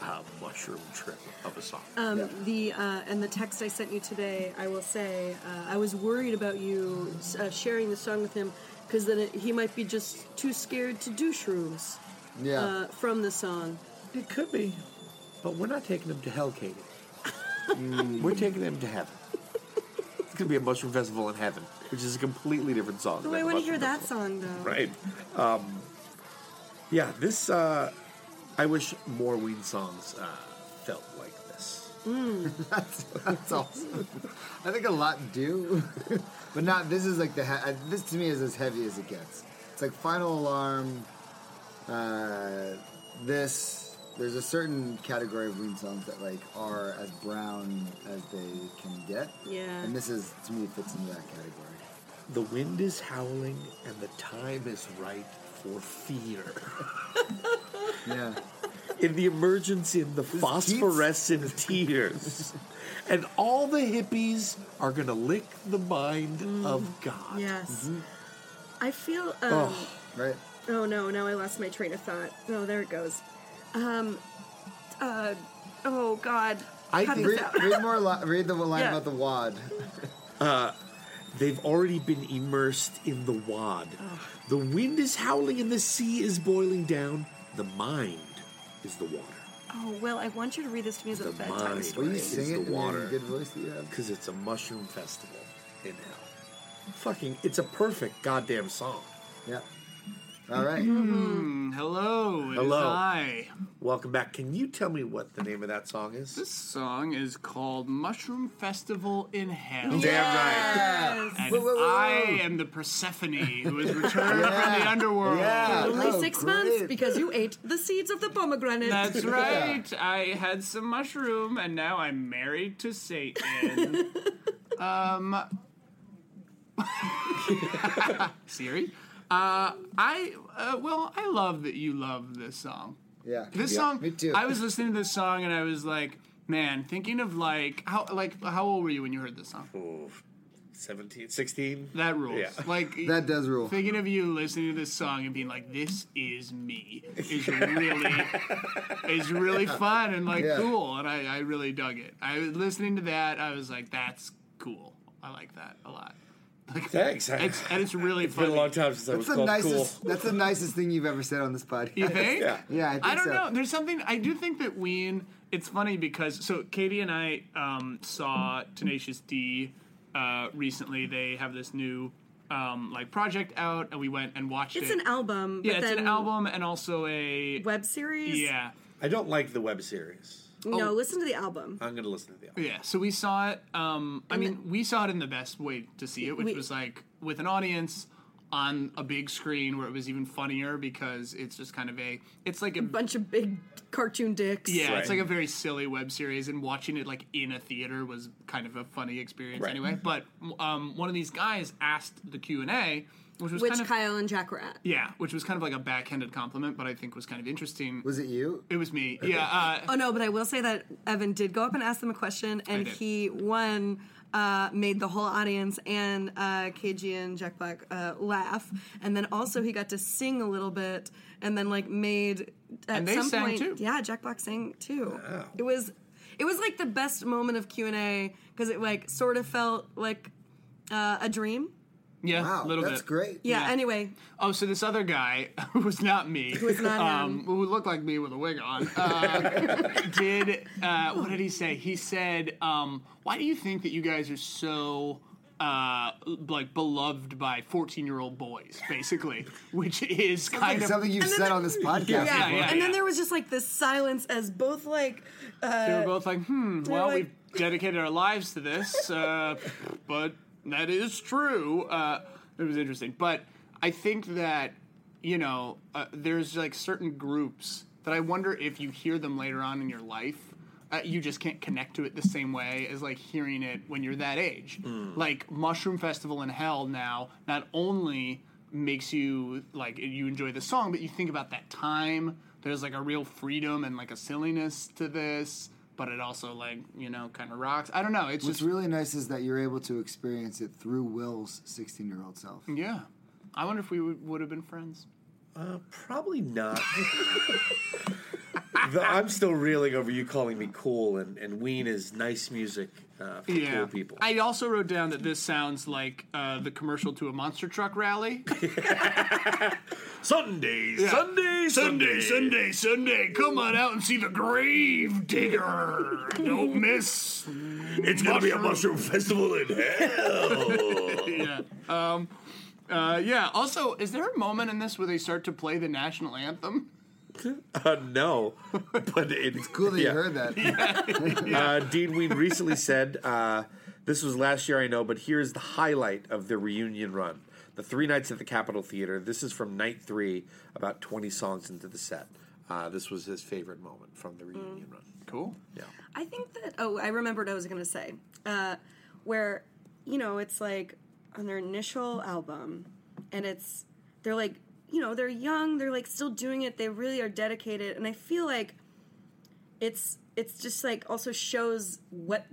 Speaker 4: uh, mushroom trip of a song.
Speaker 3: Um, The uh, and the text I sent you today, I will say, uh, I was worried about you uh, sharing the song with him because then it, he might be just too scared to do shrooms
Speaker 5: Yeah.
Speaker 3: uh, from the song.
Speaker 4: it could be, but we're not taking them to hell, Katie. We're taking them to heaven. It's gonna be a mushroom festival in heaven, which is a completely different song.
Speaker 3: Oh,
Speaker 4: than
Speaker 3: I
Speaker 4: the
Speaker 3: want to hear
Speaker 4: mushroom
Speaker 3: that
Speaker 4: festival.
Speaker 3: song though.
Speaker 4: Right. Um, yeah, this. Uh, I wish more Ween songs uh, felt like this.
Speaker 5: That's, that's awesome. I think a lot do, but not. This is like the he- I- this to me is as heavy as it gets. It's like Final Alarm. Uh, this there's a certain category of Ween songs that like are as brown as they can get.
Speaker 3: Yeah.
Speaker 5: and this is to me fits into that category.
Speaker 4: The wind is howling, and the time is right for fear.
Speaker 5: Yeah,
Speaker 4: In the emergence, in the
Speaker 5: This
Speaker 4: phosphorescent tears, and all the hippies are gonna lick the mind of God.
Speaker 3: Yes. I feel. Um,
Speaker 4: Oh.
Speaker 3: oh.
Speaker 5: right.
Speaker 3: no! Now I lost my train of thought. Oh, there it goes. Um. Uh. Oh God.
Speaker 4: I
Speaker 3: Cut
Speaker 4: think-
Speaker 3: this
Speaker 5: Read,
Speaker 3: out.
Speaker 5: read more. Li- read the line
Speaker 3: Yeah.
Speaker 5: about the wad.
Speaker 4: They've already been immersed in the wad. The wind is howling and the sea is boiling down. The mind is the water.
Speaker 3: Oh well, I want you to read this to me as a
Speaker 4: The
Speaker 3: bedtime
Speaker 4: mind.
Speaker 5: Will
Speaker 3: story.
Speaker 5: you
Speaker 4: It's
Speaker 5: sing
Speaker 4: the
Speaker 5: it in
Speaker 4: water.
Speaker 5: your good voice that you have?
Speaker 4: Because it's a mushroom festival in hell. Fucking, it's a perfect goddamn song.
Speaker 5: Yeah. All right.
Speaker 3: Mm-hmm.
Speaker 6: Hello, it is
Speaker 4: Hello.
Speaker 6: I.
Speaker 4: Welcome back. Can you tell me what the name of that song is?
Speaker 6: This song is called Mushroom Festival in Hell.
Speaker 4: Damn
Speaker 3: right.
Speaker 6: And
Speaker 5: Whoa, whoa, whoa,
Speaker 6: I
Speaker 5: whoa.
Speaker 6: am the Persephone who has returned from the
Speaker 5: Yeah.
Speaker 6: underworld.
Speaker 5: Yeah.
Speaker 3: Only
Speaker 5: Oh,
Speaker 3: six months
Speaker 5: great.
Speaker 3: because you ate the seeds of the pomegranate.
Speaker 6: That's right. I had some mushroom and now I'm married to Satan. um Siri? Uh, I uh, well, I love that you love this song.
Speaker 5: Yeah.
Speaker 6: This
Speaker 5: Yeah,
Speaker 6: song,
Speaker 5: Me too.
Speaker 6: I was listening to this song and I was like, man, thinking of like how like how old were you when you heard this song?
Speaker 4: 17, 16.
Speaker 6: That rules.
Speaker 4: Yeah.
Speaker 6: Like
Speaker 5: That does rule.
Speaker 6: Thinking of you listening to this song and being like, "This is me," is really is really fun and like
Speaker 5: Yeah.
Speaker 6: cool, and I, I really dug it. I was listening to that. I was like, "That's cool. I like that a lot." Like,
Speaker 4: Thanks.
Speaker 6: It's, and it's really
Speaker 4: It's been
Speaker 6: funny.
Speaker 4: a long time since I was
Speaker 5: That's the
Speaker 4: called
Speaker 5: nicest.
Speaker 4: cool.
Speaker 5: That's the nicest thing you've ever said on this podcast.
Speaker 6: You think?
Speaker 4: Yeah.
Speaker 5: Yeah, I think
Speaker 6: I don't
Speaker 5: so.
Speaker 6: know. There's something I do think that Ween. It's funny because so Katie and I um, saw Tenacious D uh, recently. They have this new um, like project out, and we went and watched
Speaker 3: It's
Speaker 6: it.
Speaker 3: an album.
Speaker 6: yeah,
Speaker 3: but
Speaker 6: it's
Speaker 3: then
Speaker 6: an album and also a
Speaker 3: web series.
Speaker 6: yeah. Oh.
Speaker 4: I don't like the web series.
Speaker 3: No, listen to the album.
Speaker 4: I'm going to listen to the album.
Speaker 6: Yeah, so we saw it. Um, I mean, we saw it in the best way to see it, which
Speaker 3: We-
Speaker 6: was like with an audience on a big screen where it was even funnier because it's just kind of a it's like a
Speaker 3: Bunch of big cartoon dicks.
Speaker 6: Yeah, it's
Speaker 4: Right.
Speaker 6: like a very silly web series, and watching it like in a theater was kind of a funny experience
Speaker 4: Right.
Speaker 6: anyway. But um, one of these guys asked the Q and A, which was
Speaker 3: Which
Speaker 6: kind of
Speaker 3: Kyle and Jack were at.
Speaker 6: yeah, which was kind of like a backhanded compliment, but I think was kind of interesting.
Speaker 5: Was it you?
Speaker 6: it was me, yeah. Uh,
Speaker 3: Oh no, but I will say that Evan did go up and ask them a question, and
Speaker 6: did.
Speaker 3: he one uh, made the whole audience and uh, KG and Jack Black uh, laugh, and then also he got to sing a little bit, and then like made at
Speaker 6: And they
Speaker 3: some
Speaker 6: sang,
Speaker 3: point,
Speaker 6: too.
Speaker 3: yeah, Jack Black sang too. It was it was like the best moment of Q and A because it like sort of felt like uh, a dream.
Speaker 6: yeah,
Speaker 5: Wow,
Speaker 6: a little
Speaker 5: that's
Speaker 6: bit.
Speaker 5: great.
Speaker 3: Yeah.
Speaker 6: Yeah.
Speaker 3: Anyway,
Speaker 6: Oh, so this other guy who was not me, who
Speaker 3: was not
Speaker 6: um, who looked like me with a wig on, uh, did uh, what did he say? He said, um, "Why do you think that you guys are so?" Uh, like beloved by fourteen-year-old boys, basically, which is kind
Speaker 5: Like
Speaker 6: of
Speaker 5: something you've
Speaker 3: And then
Speaker 5: said
Speaker 3: the-
Speaker 5: on this podcast.
Speaker 3: yeah,
Speaker 6: yeah,
Speaker 5: before.
Speaker 3: and then
Speaker 6: yeah.
Speaker 3: there was just like this silence as both like
Speaker 6: they were both like, "Hmm,
Speaker 3: they're
Speaker 6: well,
Speaker 3: like-
Speaker 6: we've dedicated our lives to this, uh, but that is true." Uh, it was interesting, but I think that you know, uh, there's like certain groups that I wonder if you hear them later on in your life, uh, you just can't connect to it the same way as like hearing it when you're that age. Like Mushroom Festival in Hell now, not only makes you like you enjoy the song, but you think about that time. There's like a real freedom and like a silliness to this, but it also like you know kind of rocks. I don't know. It's
Speaker 5: What's
Speaker 6: just
Speaker 5: really nice is that you're able to experience it through Will's 16 year old self.
Speaker 6: yeah. I wonder if we would, would have been friends.
Speaker 4: Probably not. The- I'm still reeling over you calling me cool, and, and Ween is nice music uh, for cool people.
Speaker 6: I also wrote down that this sounds like uh, the commercial to a monster truck rally.
Speaker 4: Sundays,
Speaker 6: Yeah.
Speaker 4: Sunday, Sunday,
Speaker 6: Sunday, Sunday. Come on out and see the grave digger. Don't miss.
Speaker 4: It's gonna be a mushroom festival in hell.
Speaker 6: Yeah. Um, uh, yeah. Also, is there a moment in this where they start to play the national anthem?
Speaker 4: uh, no, but it- it's
Speaker 5: Cool that you heard that.
Speaker 4: Uh, Dean Ween recently said, uh, "This was last year, I know, but here's the highlight of the reunion run: the three nights at the Capitol Theater. This is from night three, about 20 songs into the set. Uh, this was his favorite moment from the reunion run.
Speaker 6: Cool.
Speaker 4: Yeah,
Speaker 3: I think that. Oh, I remembered what I was going to say. Uh, where, you know, it's like on their initial album, and it's they're like, you know, they're young, they're like still doing it, they really are dedicated, and I feel like it's it's just like also shows what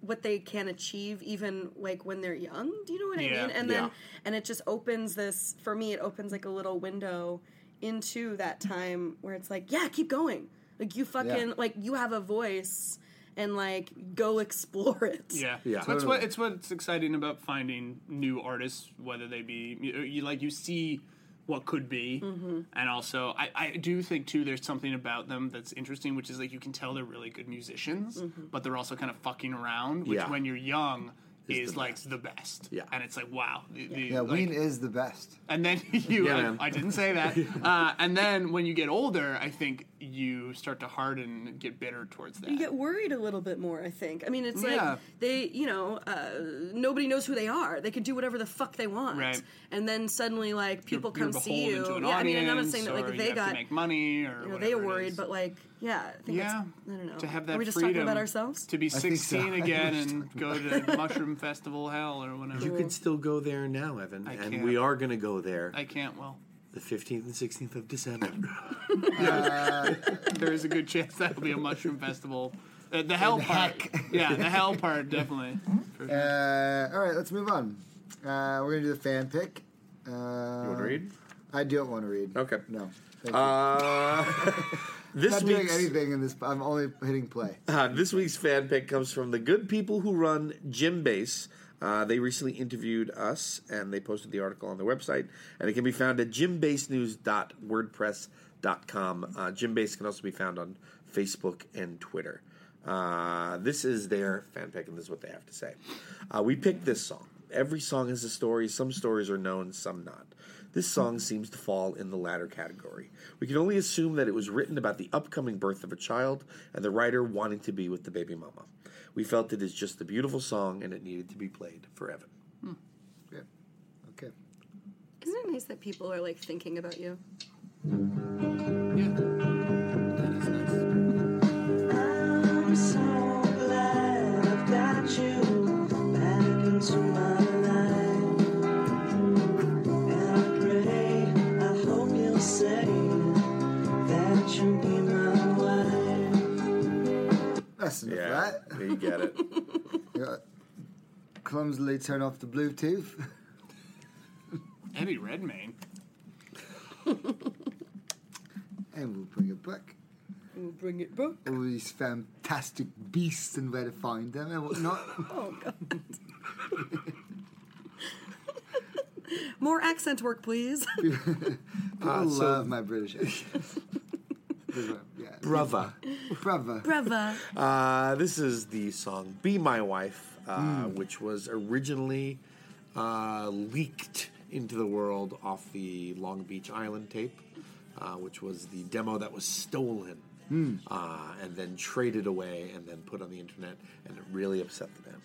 Speaker 3: what they can achieve even like when they're young do you know what
Speaker 6: Yeah.
Speaker 3: i mean and
Speaker 4: Yeah.
Speaker 3: then and it just opens this for me it opens like a little window into that time where it's like yeah keep going like you fucking
Speaker 5: Yeah.
Speaker 3: like you have a voice and like go explore it
Speaker 6: Yeah,
Speaker 4: Yeah.
Speaker 6: That's what
Speaker 5: Totally.
Speaker 6: it's what's exciting about finding new artists, whether they be you, you like you see what could be,
Speaker 4: Mm-hmm.
Speaker 6: and also I, I do think too there's something about them that's interesting, which is like you can tell they're really good musicians, but they're also kind of fucking around, which
Speaker 4: Mm-hmm. Yeah.
Speaker 6: when you're young is,
Speaker 4: the
Speaker 6: like the best.
Speaker 4: Yeah.
Speaker 6: and it's like wow, the- the-
Speaker 5: Yeah,
Speaker 6: like-
Speaker 5: Ween is the best.
Speaker 6: and then you,
Speaker 4: Yeah,
Speaker 6: I-
Speaker 4: man.
Speaker 6: I, didn't say that. Uh, and then when you get older, I think you start to harden and get bitter towards that.
Speaker 3: you get worried a little bit more i think i mean it's
Speaker 6: Yeah.
Speaker 3: like they you know uh, nobody knows who they are they can do whatever the fuck they want
Speaker 6: Right.
Speaker 3: and then suddenly like people
Speaker 6: You're
Speaker 3: come see
Speaker 6: beholden
Speaker 3: you
Speaker 6: to an
Speaker 3: yeah i mean and i'm not
Speaker 6: audience,
Speaker 3: saying that
Speaker 6: or
Speaker 3: like
Speaker 6: you
Speaker 3: they
Speaker 6: have
Speaker 3: got
Speaker 6: to make money or
Speaker 3: you know, they
Speaker 6: whatever it
Speaker 3: worried
Speaker 6: is.
Speaker 3: but like yeah i think
Speaker 6: yeah,
Speaker 3: it's, i don't know
Speaker 6: To have that
Speaker 3: are we just
Speaker 6: freedom
Speaker 3: talking about ourselves
Speaker 6: to be
Speaker 5: think so.
Speaker 6: sixteen
Speaker 5: I
Speaker 6: again
Speaker 5: was
Speaker 6: and go to Mushroom Festival Hell or whatever.
Speaker 4: you can still go there now, Evan, and
Speaker 6: can't.
Speaker 4: we are gonna go there
Speaker 6: I can't. Well,
Speaker 4: the 15th and 16th of December.
Speaker 6: there is a good chance that'll be a Mushroom Festival Uh, the hell part. Yeah, the hell part definitely. For sure.
Speaker 5: Uh, all right, let's move on. Uh, we're gonna do the fan pick. Uh, you
Speaker 4: Want to read?
Speaker 5: I don't want to read.
Speaker 4: Okay.
Speaker 5: No. Thank you.
Speaker 4: Uh, this
Speaker 5: Not doing
Speaker 4: week's
Speaker 5: anything in this. I'm only hitting play.
Speaker 4: Uh, this week's fan pick comes from the good people who run Gym Base. Uh, they recently interviewed us and they posted the article on their website, and it can be found at gymbasenews.wordpress.com. Uh, Gym Base can also be found on Facebook and Twitter. Uh, this is their fan pick, and this is what they have to say. Uh, we picked this song. Every song has a story. Some stories are known, some not. This song seems to fall in the latter category. We can only assume that it was written about the upcoming birth of a child and the writer wanting to be with the baby mama. We felt it is just a beautiful song and it needed to be played for Evan.
Speaker 5: Yeah. Okay.
Speaker 3: Isn't it nice that people are like thinking about you?
Speaker 6: Yeah. That is nice.
Speaker 7: I'm so glad I've got you back into my life. And I pray, I hope you'll say that you'll be my wife.
Speaker 5: That's enough
Speaker 4: Yeah,
Speaker 5: of
Speaker 4: you get it.
Speaker 5: that. Yeah. Clumsily turn off the Bluetooth.
Speaker 6: Eddie Redmayne.
Speaker 5: And we'll bring it back.
Speaker 3: We'll bring it back.
Speaker 5: All these fantastic beasts and where to find them and whatnot.
Speaker 4: Ah,
Speaker 3: Oh god. More accent work, please.
Speaker 5: People love my British accent. yeah.
Speaker 4: Brother.
Speaker 5: Brother.
Speaker 3: Brava.
Speaker 4: Uh, this is the song Be My Wife, uh,
Speaker 3: Mm.
Speaker 4: which was originally uh, leaked into the world off the Long Beach Island tape, uh, which was the demo that was stolen
Speaker 3: Hmm.
Speaker 4: uh, and then traded away and then put on the internet, and it really upset the band.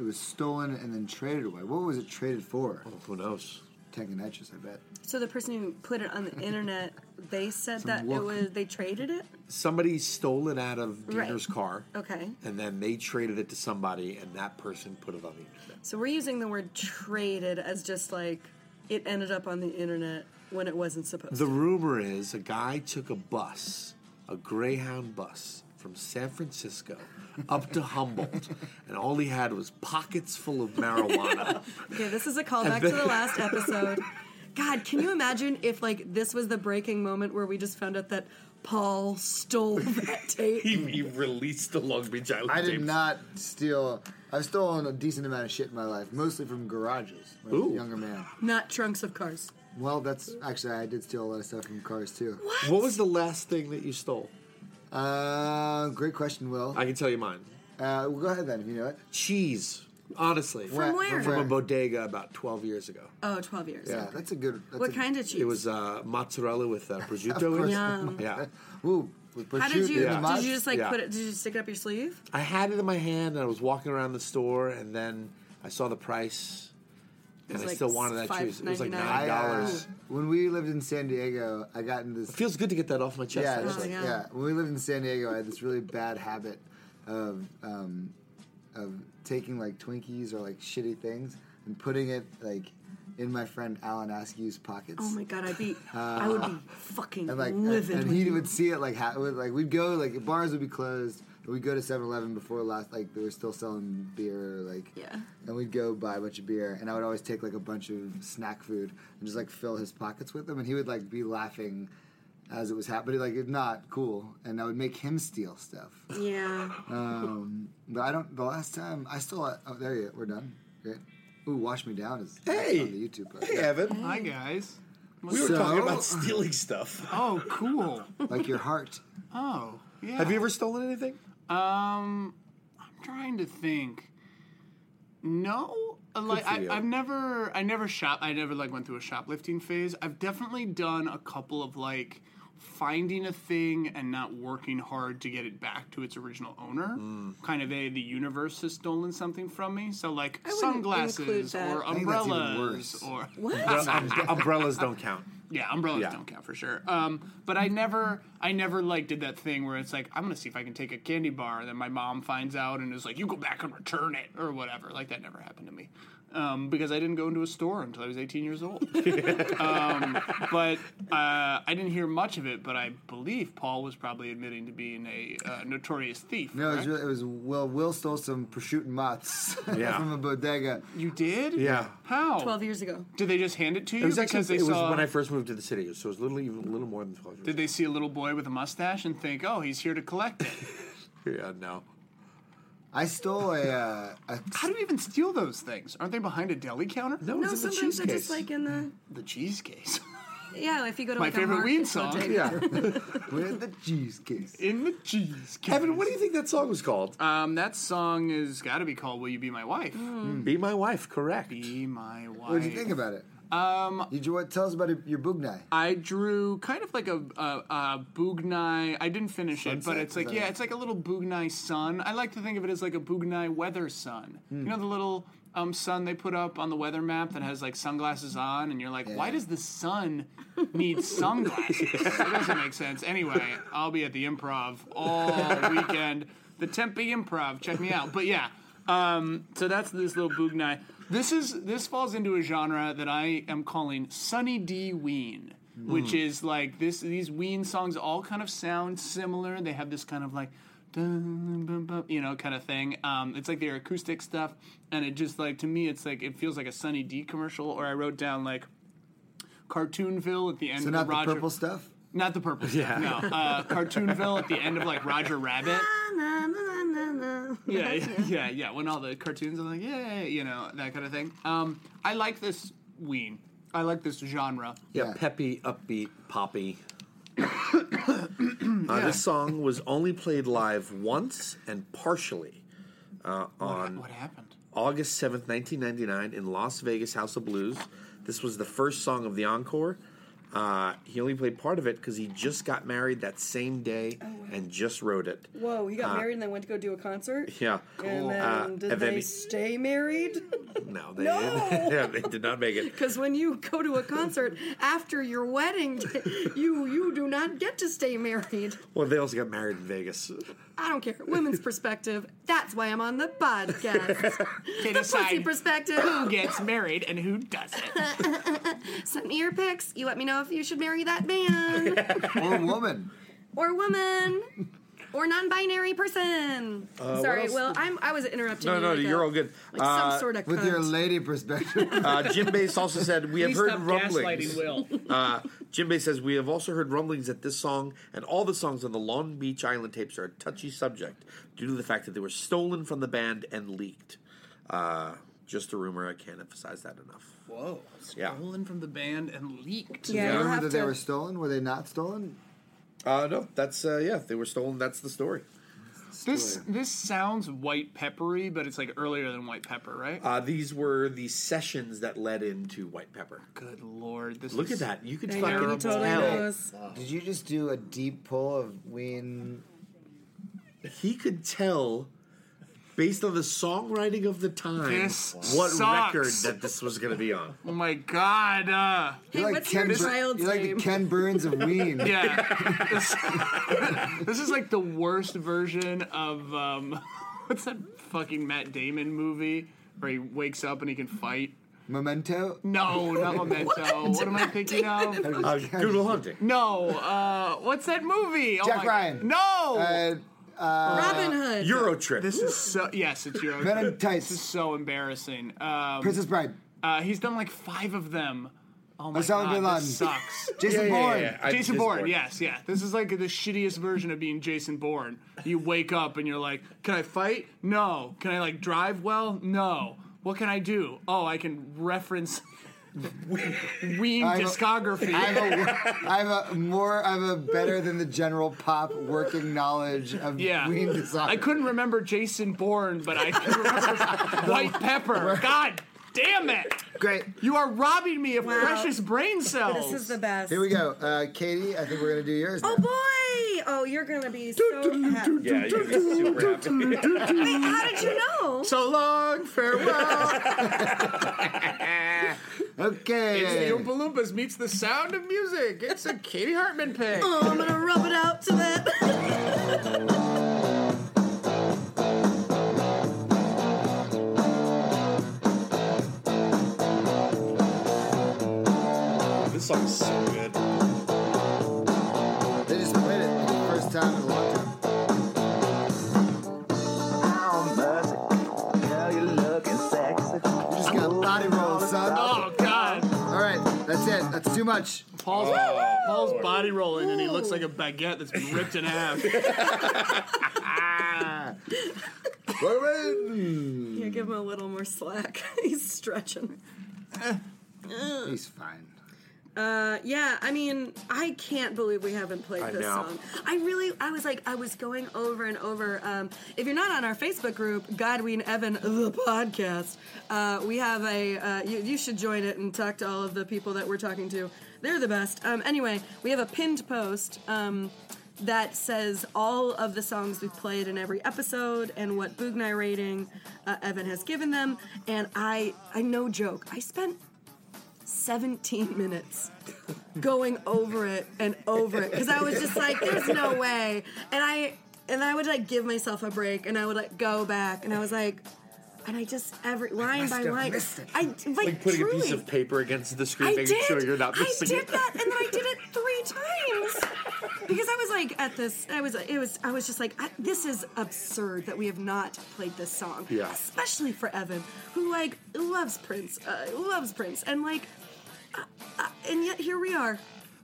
Speaker 5: It was stolen and then traded away. What was it traded for?
Speaker 4: Who knows?
Speaker 5: Tank Natchez, I bet.
Speaker 3: So the person who put it on the internet, they said
Speaker 5: Some
Speaker 3: that it
Speaker 5: work.
Speaker 3: was they traded it.
Speaker 4: Somebody stole it out of
Speaker 3: Right.
Speaker 4: Diener's car.
Speaker 3: Okay.
Speaker 4: And then they traded it to somebody, and that person put it on the internet.
Speaker 3: So we're using the word traded as just like it ended up on the internet when it wasn't supposed
Speaker 4: The
Speaker 3: to.
Speaker 4: rumor is a guy took a bus, a Greyhound bus, from San Francisco up to Humboldt, and all he had was pockets full of marijuana.
Speaker 3: Okay, this is a callback to the last episode. God, can you imagine if like this was the breaking moment where we just found out that Paul stole that tape?
Speaker 4: he, he released the Long Beach Island.
Speaker 5: I did
Speaker 4: tapes.
Speaker 5: not steal. I've stolen a decent amount of shit in my life, mostly from garages when I was
Speaker 4: Ooh.
Speaker 5: a younger man.
Speaker 3: Not trunks of cars.
Speaker 5: Well, that's actually I did steal a lot of stuff from cars too.
Speaker 4: What was the last thing that you stole?
Speaker 5: Uh, great question, Will.
Speaker 4: I can tell you mine.
Speaker 5: Uh, well, go ahead then if you know it.
Speaker 4: Cheese. Honestly,
Speaker 5: Where-
Speaker 3: where?
Speaker 4: from a bodega about 12 years ago.
Speaker 3: Oh, 12 years.
Speaker 5: Yeah,
Speaker 3: Okay.
Speaker 5: that's a good. That's
Speaker 3: What
Speaker 5: a,
Speaker 3: kind of cheese?
Speaker 4: It was uh, mozzarella with uh, prosciutto in
Speaker 5: course.
Speaker 4: it.
Speaker 3: Yum.
Speaker 4: Yeah.
Speaker 5: Ooh, with
Speaker 3: How did
Speaker 5: prosciutto
Speaker 3: you?
Speaker 5: in the
Speaker 3: Did
Speaker 5: mud?
Speaker 3: you just like
Speaker 4: Yeah.
Speaker 3: put it? Did you stick it up your sleeve?
Speaker 4: I had it in my hand and I was walking around the store and then I saw the price and
Speaker 3: was
Speaker 4: I
Speaker 3: like
Speaker 4: still wanted that cheese. It was like nine
Speaker 3: $5.99.
Speaker 4: dollars.
Speaker 5: I, uh, when we lived in San Diego, I got into this.
Speaker 4: Feels good to get that off my chest.
Speaker 5: Yeah,
Speaker 4: I was
Speaker 5: just
Speaker 3: Oh,
Speaker 5: like-
Speaker 3: yeah.
Speaker 5: yeah, When we lived in San Diego, I had this really bad habit of um, of taking like Twinkies or like shitty things and putting it like in my friend Alan Askew's pockets.
Speaker 3: Oh my god, I'd be, I would be fucking
Speaker 5: Uh, and like and,
Speaker 3: livid.
Speaker 5: and
Speaker 3: with
Speaker 5: he
Speaker 3: you.
Speaker 5: would see it like ha- would, like we'd go like bars would be closed and we'd go to 7-Eleven before last like they were still selling beer like
Speaker 3: Yeah.
Speaker 5: and we'd go buy a bunch of beer and I would always take like a bunch of snack food and just like fill his pockets with them and he would like be laughing as it was happening like it's not cool and I would make him steal stuff
Speaker 3: yeah.
Speaker 5: but I don't the last time I still oh there you we're done great ooh wash me down is
Speaker 4: Hey!
Speaker 5: on the YouTube
Speaker 4: Hey, Evan.
Speaker 6: Hi guys.
Speaker 4: We were
Speaker 5: So-
Speaker 4: talking about stealing stuff.
Speaker 6: Oh, cool.
Speaker 5: like your heart
Speaker 6: Oh, yeah.
Speaker 4: Have you ever stolen anything?
Speaker 6: Um, I'm trying to think. No, like
Speaker 4: for
Speaker 6: I,
Speaker 4: you.
Speaker 6: I've never, I never shop. I never like went through a shoplifting phase. I've definitely done a couple of like finding a thing and not working hard to get it back to its original owner.
Speaker 5: Hmm.
Speaker 6: Kind of a the universe has stolen something from me. So like
Speaker 3: wouldn't include
Speaker 6: sunglasses
Speaker 3: that.
Speaker 6: or
Speaker 5: I think that's even
Speaker 6: umbrellas
Speaker 5: worse.
Speaker 6: or
Speaker 3: What?
Speaker 4: Um, umbrellas don't count.
Speaker 6: yeah, umbrellas
Speaker 4: Yeah.
Speaker 6: don't count for sure. Um, but I never, I never like did that thing where it's like, I'm gonna see if I can take a candy bar, and then my mom finds out and is like, you go back and return it or whatever. Like that never happened to me. um, because I didn't go into a store until I was 18 years old. um, but uh, I didn't hear much of it, but I believe Paul was probably admitting to being a uh, notorious thief.
Speaker 5: No, it was,
Speaker 6: correct?
Speaker 5: really, it was well. Will stole some prosciutto mozz
Speaker 4: Yeah.
Speaker 5: from a bodega.
Speaker 6: you did?
Speaker 4: Yeah.
Speaker 6: How?
Speaker 3: 12 years ago.
Speaker 6: Did they just hand it to you?
Speaker 4: It was actually
Speaker 6: because they
Speaker 4: it was
Speaker 6: saw,
Speaker 4: when I first moved to the city, so it was little even a little more than twelve years.
Speaker 6: Did they see a little boy with a mustache and think, "Oh, he's here to collect it"?
Speaker 4: Yeah, Uh, no.
Speaker 5: I stole a, uh, a
Speaker 6: How do you even steal those things? Aren't they behind a deli counter?
Speaker 4: No,
Speaker 3: No,
Speaker 4: it's in the
Speaker 3: sometimes
Speaker 4: cheese
Speaker 3: they're just
Speaker 4: case.
Speaker 3: like in the
Speaker 6: The cheese case.
Speaker 3: yeah. If you go to
Speaker 6: My
Speaker 3: like
Speaker 6: favorite
Speaker 3: a
Speaker 6: Ween
Speaker 3: market,
Speaker 6: song.
Speaker 3: they'll take-
Speaker 4: yeah.
Speaker 5: with the cheese case.
Speaker 6: In the cheese case.
Speaker 4: Evan, what do you think that song was called?
Speaker 6: Um, that song has got to be called "Will You Be My Wife."
Speaker 4: Be my wife, correct?
Speaker 6: Be my wife.
Speaker 5: What did you think about it? Um, you drew, what? Tell us about your, your bugnai.
Speaker 6: I drew kind of like a, a, a Boognai. I didn't finish it, but
Speaker 5: Sunset,
Speaker 6: it's like
Speaker 5: is that
Speaker 6: yeah,
Speaker 5: it?
Speaker 6: it's like a little Boognai sun. I like to think of it as like a Boognai weather sun.
Speaker 5: Hmm.
Speaker 6: You know the little um, sun they put up on the weather map that has like sunglasses on, and you're like, why
Speaker 5: Yeah.
Speaker 6: does the sun need sunglasses? It doesn't make sense. Anyway, I'll be at the Improv all weekend. The Tempe Improv. Check me out. But yeah. Um, so that's this little Boognai. This is this falls into a genre that I am calling Sunny D Ween,
Speaker 5: Hmm.
Speaker 6: which is like this. These Ween songs all kind of sound similar. They have this kind of like, dun, bum, bum, you know, kind of thing. Um, it's like their acoustic stuff, and it just like to me, it's like it feels like a Sunny D commercial. Or I wrote down like. Cartoonville at the end
Speaker 5: So
Speaker 6: of
Speaker 5: not
Speaker 6: Roger,
Speaker 5: the purple stuff.
Speaker 6: not the purple, yeah, no, uh, Cartoonville at the end of like Roger Rabbit,
Speaker 3: Na, na, na, na, na.
Speaker 6: yeah, yeah, yeah, yeah. When all the cartoons are like, yeah, you know, that kind of thing. Um, I like this ween. I like this genre.
Speaker 4: Yeah,
Speaker 5: Yeah.
Speaker 4: peppy, upbeat, poppy. uh, This song was only played live once and partially uh, on
Speaker 6: What happened?
Speaker 4: August 7th, 1999, in Las Vegas House of Blues. This was the first song of the encore. Uh, he only played part of it because he just got married that same day and just wrote it.
Speaker 3: Whoa, he
Speaker 6: Uh,
Speaker 3: got married and then went to go do a concert.
Speaker 4: Yeah.
Speaker 3: And then
Speaker 4: Uh,
Speaker 3: did
Speaker 4: and then
Speaker 3: they
Speaker 4: he-
Speaker 3: stay married?
Speaker 4: No, they,
Speaker 3: No!
Speaker 4: yeah, they did not make it.
Speaker 3: Because when you go to a concert after your wedding, you you do not get to stay married.
Speaker 4: Well, they also got married in Vegas.
Speaker 3: I don't care. Women's perspective. That's why I'm on the podcast. Pussy
Speaker 6: They decide
Speaker 3: perspective.
Speaker 6: who gets married and who doesn't,
Speaker 3: Send me your pics. You let me know if you should marry that man
Speaker 5: Or woman.
Speaker 3: or woman or non-binary person. Sorry.
Speaker 4: Uh, else?
Speaker 3: Well, I'm I was interrupting.
Speaker 4: No,
Speaker 3: you
Speaker 4: no,
Speaker 3: like a-
Speaker 4: you're all good.
Speaker 3: Like some sort of
Speaker 5: With your
Speaker 3: cunt.
Speaker 5: lady perspective.
Speaker 4: Uh, Jim Bass also said, We have
Speaker 6: Please
Speaker 4: heard
Speaker 6: stop
Speaker 4: rumblings.
Speaker 6: gaslighting Will.
Speaker 4: Uh, Jim Bay says we have also heard rumblings that this song and all the songs on the Long Beach Island tapes are a touchy subject due to the fact that they were stolen from the band and leaked. Uh, just a rumor. I can't emphasize that enough.
Speaker 6: Whoa!
Speaker 4: Yeah.
Speaker 6: Stolen from the band and leaked.
Speaker 3: yeah,
Speaker 5: I
Speaker 3: you'll
Speaker 5: remember
Speaker 3: have
Speaker 5: that
Speaker 3: to.
Speaker 5: they were stolen. Were they not stolen?
Speaker 4: Uh, no, that's uh, yeah. They were stolen. That's the story.
Speaker 6: This this sounds white peppery, but it's like earlier than white pepper, right?
Speaker 4: Uh, these were the sessions that led into White Pepper.
Speaker 6: Good lord! This
Speaker 4: Look at
Speaker 6: is-
Speaker 4: that. You could
Speaker 3: I
Speaker 4: fucking
Speaker 3: know, he totally
Speaker 4: tell.
Speaker 3: knows.
Speaker 5: Did you just do a deep pull of Ween?
Speaker 4: He could tell. Based on the songwriting of the time,
Speaker 6: This
Speaker 4: what
Speaker 6: sucks.
Speaker 4: record that this was going to be on?
Speaker 6: Oh my god! Uh,
Speaker 3: Hey,
Speaker 5: You're like
Speaker 3: what's
Speaker 5: Ken
Speaker 3: your
Speaker 5: Bur-
Speaker 3: child's
Speaker 5: You're like
Speaker 3: name?
Speaker 5: the Ken Burns of Ween.
Speaker 6: Yeah. this, this is like the worst version of um, what's that fucking Matt Damon movie where he wakes up and he can fight?
Speaker 5: Memento.
Speaker 6: No, not Memento. what, am I thinking of?
Speaker 4: Uh, Google Hunting.
Speaker 6: No, uh, what's that movie? Oh
Speaker 5: Jack
Speaker 6: my-
Speaker 5: Ryan.
Speaker 6: No.
Speaker 5: Uh,
Speaker 3: Robin Hood.
Speaker 4: Euro trip.
Speaker 6: this is so yes, it's your
Speaker 5: Men in
Speaker 6: This is
Speaker 5: Tights.
Speaker 6: so embarrassing. Um,
Speaker 5: Princess Bride.
Speaker 6: uh, he's done like five of them. Oh my
Speaker 5: Osama bin
Speaker 6: god,
Speaker 5: Laden.
Speaker 6: this sucks.
Speaker 5: Jason Bourne.
Speaker 4: I-
Speaker 6: Jason Bourne, yes, yeah. This is like the shittiest version of being Jason Bourne. You wake up and you're like, can I fight? No. Can I like drive well? No. What can I do? Oh, I can reference Ween
Speaker 5: I don't-
Speaker 6: discography.
Speaker 5: I have, a, I have a more, I have a better than the general pop working knowledge of
Speaker 6: yeah.
Speaker 5: Ween design.
Speaker 6: I couldn't remember Jason Bourne, but I can remember White Pepper. God damn it!
Speaker 5: Great.
Speaker 6: You are robbing me of
Speaker 3: Wow.
Speaker 6: precious brain cells.
Speaker 3: Oh, This is the best.
Speaker 5: Here we go. Uh, Katie, I think we're gonna do yours.
Speaker 3: Oh
Speaker 5: now.
Speaker 3: boy! Oh, you're gonna be so happy.
Speaker 4: Yeah, you're super happy.
Speaker 3: Wait, how did you know?
Speaker 6: so long, farewell.
Speaker 5: Okay.
Speaker 6: It's the Oompa Loompas meets the sound of music. It's a Katie Hartman pick.
Speaker 3: Oh, I'm gonna rub it out to that.
Speaker 7: Thank
Speaker 1: song's so good.
Speaker 5: They just played it for the first time in a long time.
Speaker 8: Oh, mercy. Girl, you're looking sexy.
Speaker 5: You just got body roll, son.
Speaker 6: Oh God!
Speaker 5: All right, that's it. That's too much.
Speaker 6: Paul's, Paul's body rolling, and he looks like a baguette that's been ripped in half.
Speaker 5: What about-
Speaker 3: Yeah, give him a little more slack. He's stretching.
Speaker 5: He's fine.
Speaker 3: Uh, yeah, I mean, I can't believe we haven't played
Speaker 4: I
Speaker 3: this
Speaker 4: know.
Speaker 3: song. I really, I was like, I was going over and over. Um, if you're not on our Facebook group, Godwin Evan the podcast, uh, we have a. Uh, you, you should join it and talk to all of the people that we're talking to. They're the best. Um, anyway, we have a pinned post. Um, that says all of the songs we've played in every episode and what Boognai rating uh, Evan has given them. And I, I no joke, I spent 17 minutes going over it and over it because I was just like, "There's no way," and I and I would like give myself a break and I would like go back and I was like, and I just every line by line, I like,
Speaker 4: Like putting
Speaker 3: truly,
Speaker 4: a piece of paper against the
Speaker 3: I
Speaker 4: screen, making
Speaker 3: did.
Speaker 4: sure you're not
Speaker 3: I
Speaker 4: missing
Speaker 3: did
Speaker 4: it.
Speaker 3: that, and then I did it three times because I was like at this. I was it was I was just like I, this is absurd that we have not played this song.
Speaker 4: Yeah.
Speaker 3: especially for Evan, who like loves Prince, uh, loves Prince, and like. uh, uh, and yet here we are.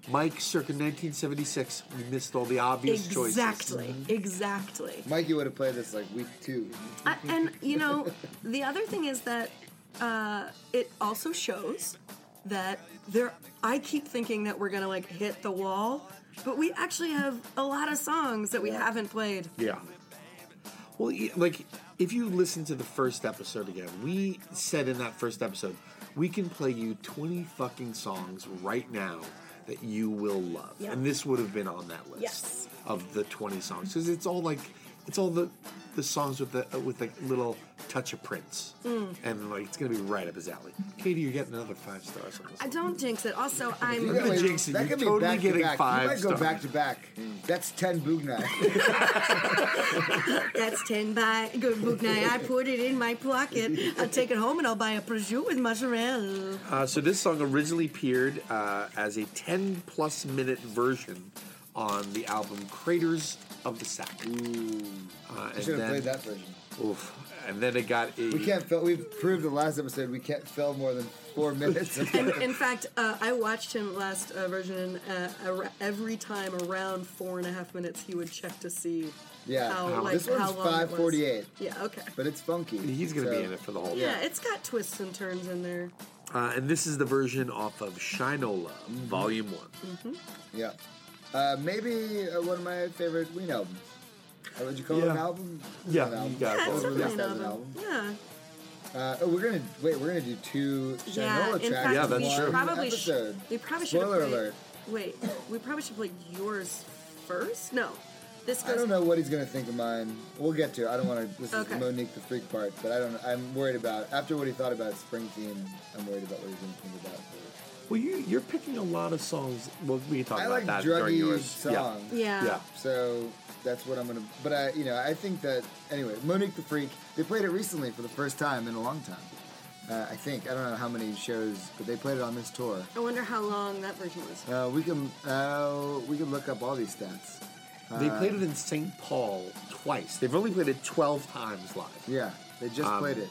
Speaker 4: Mike, circa 1976, we missed all the obvious choices.
Speaker 3: Exactly. Exactly.
Speaker 5: Mikey would have played this like week two.
Speaker 3: I, and you know, the other thing is that uh, it also shows that there. I keep thinking that we're gonna like hit the wall, but we actually have a lot of songs that we haven't played.
Speaker 4: Yeah. Well, y- like if you listen to the first episode again, we said in that first episode, we can play you 20 fucking songs right now that you will love.
Speaker 3: Yeah.
Speaker 4: And this would have been on that list
Speaker 3: Yes.
Speaker 4: of the 20 songs cuz it's all like it's all the the songs with the with the little touch of Prince.
Speaker 3: Mm.
Speaker 4: And like it's going to be right up his alley. Katie, you're getting another 5 stars on this.
Speaker 3: I don't jinx it. Also, I'm.
Speaker 5: You got,
Speaker 4: the
Speaker 5: like,
Speaker 4: jinxing.
Speaker 5: That
Speaker 4: You're
Speaker 5: could be
Speaker 4: totally
Speaker 5: back
Speaker 4: getting
Speaker 5: to back.
Speaker 4: five
Speaker 5: You might go
Speaker 4: stars.
Speaker 5: back to back. That's ten Bugnai.
Speaker 3: That's ten by good book night. I put it in my pocket. I'll take it home and I'll buy a prosciutto with mozzarella.
Speaker 4: Uh, so this song originally appeared uh, as a 10 plus minute version on the album Craters of the Sack. Uh, and,
Speaker 5: Should have
Speaker 4: then,
Speaker 5: played that version.
Speaker 4: oof. and then it got a.
Speaker 5: We can't fill. We've proved the last episode we can't fill more than four minutes. Of
Speaker 3: And in fact, uh, I watched him last uh, version, and uh, ar- every time around four and a half minutes, he would check to see
Speaker 5: Yeah.
Speaker 3: how,
Speaker 5: Wow.
Speaker 3: like,
Speaker 5: This one's
Speaker 3: how long it was.
Speaker 5: 5:48.
Speaker 3: Yeah, okay.
Speaker 5: but it's funky.
Speaker 4: He's going to
Speaker 5: so-
Speaker 4: be in it for the whole
Speaker 3: Yeah,
Speaker 4: thing.
Speaker 3: it's got twists and turns in there.
Speaker 4: Uh, and this is the version off of Shinola,
Speaker 5: Mm-hmm.
Speaker 4: Volume 1.
Speaker 5: Yeah. Uh, maybe uh, one of my favorite Ween albums. Uh, would you call it
Speaker 4: Yeah.
Speaker 5: an album?
Speaker 4: Yeah,
Speaker 5: An
Speaker 4: you
Speaker 5: album.
Speaker 4: got it.
Speaker 3: Yeah, it's
Speaker 5: Well,
Speaker 4: Or
Speaker 3: definitely
Speaker 5: released
Speaker 3: an
Speaker 5: as
Speaker 3: album.
Speaker 5: an album.
Speaker 3: Yeah,
Speaker 5: Uh, oh, we're gonna wait. We're gonna do two Shinola
Speaker 3: yeah.
Speaker 5: tracks.
Speaker 3: In fact,
Speaker 4: Yeah,
Speaker 5: in
Speaker 4: that's
Speaker 3: we
Speaker 5: one
Speaker 4: true.
Speaker 3: probably
Speaker 5: episode.
Speaker 3: should. We probably should.
Speaker 5: Spoiler
Speaker 3: have played,
Speaker 5: alert.
Speaker 3: Wait, we probably should play yours first. No, this goes.
Speaker 5: I don't know what he's gonna think of mine. We'll get to. it. I don't want to. This
Speaker 3: Okay.
Speaker 5: is Monique the freak part, but I don't. I'm worried about after what he thought about Springsteen. I'm worried about what he's gonna think about.
Speaker 4: Well, you, you're picking a lot of songs. Well, we can talk
Speaker 5: I
Speaker 4: about
Speaker 5: like
Speaker 4: that during
Speaker 5: druggy
Speaker 4: yours.
Speaker 5: song.
Speaker 3: Yeah.
Speaker 4: Yeah. yeah.
Speaker 5: So that's what I'm gonna. But I, you know, I think that anyway. Monique the Freak. They played it recently for the first time in a long time. Uh, I think I don't know how many shows, but they played it on this tour.
Speaker 3: I wonder how long that version was.
Speaker 5: Uh, we can uh, we can look up all these stats.
Speaker 4: They
Speaker 5: Uh,
Speaker 4: played it in St. Paul twice. They've only played it 12 times live.
Speaker 5: Yeah, they just played it.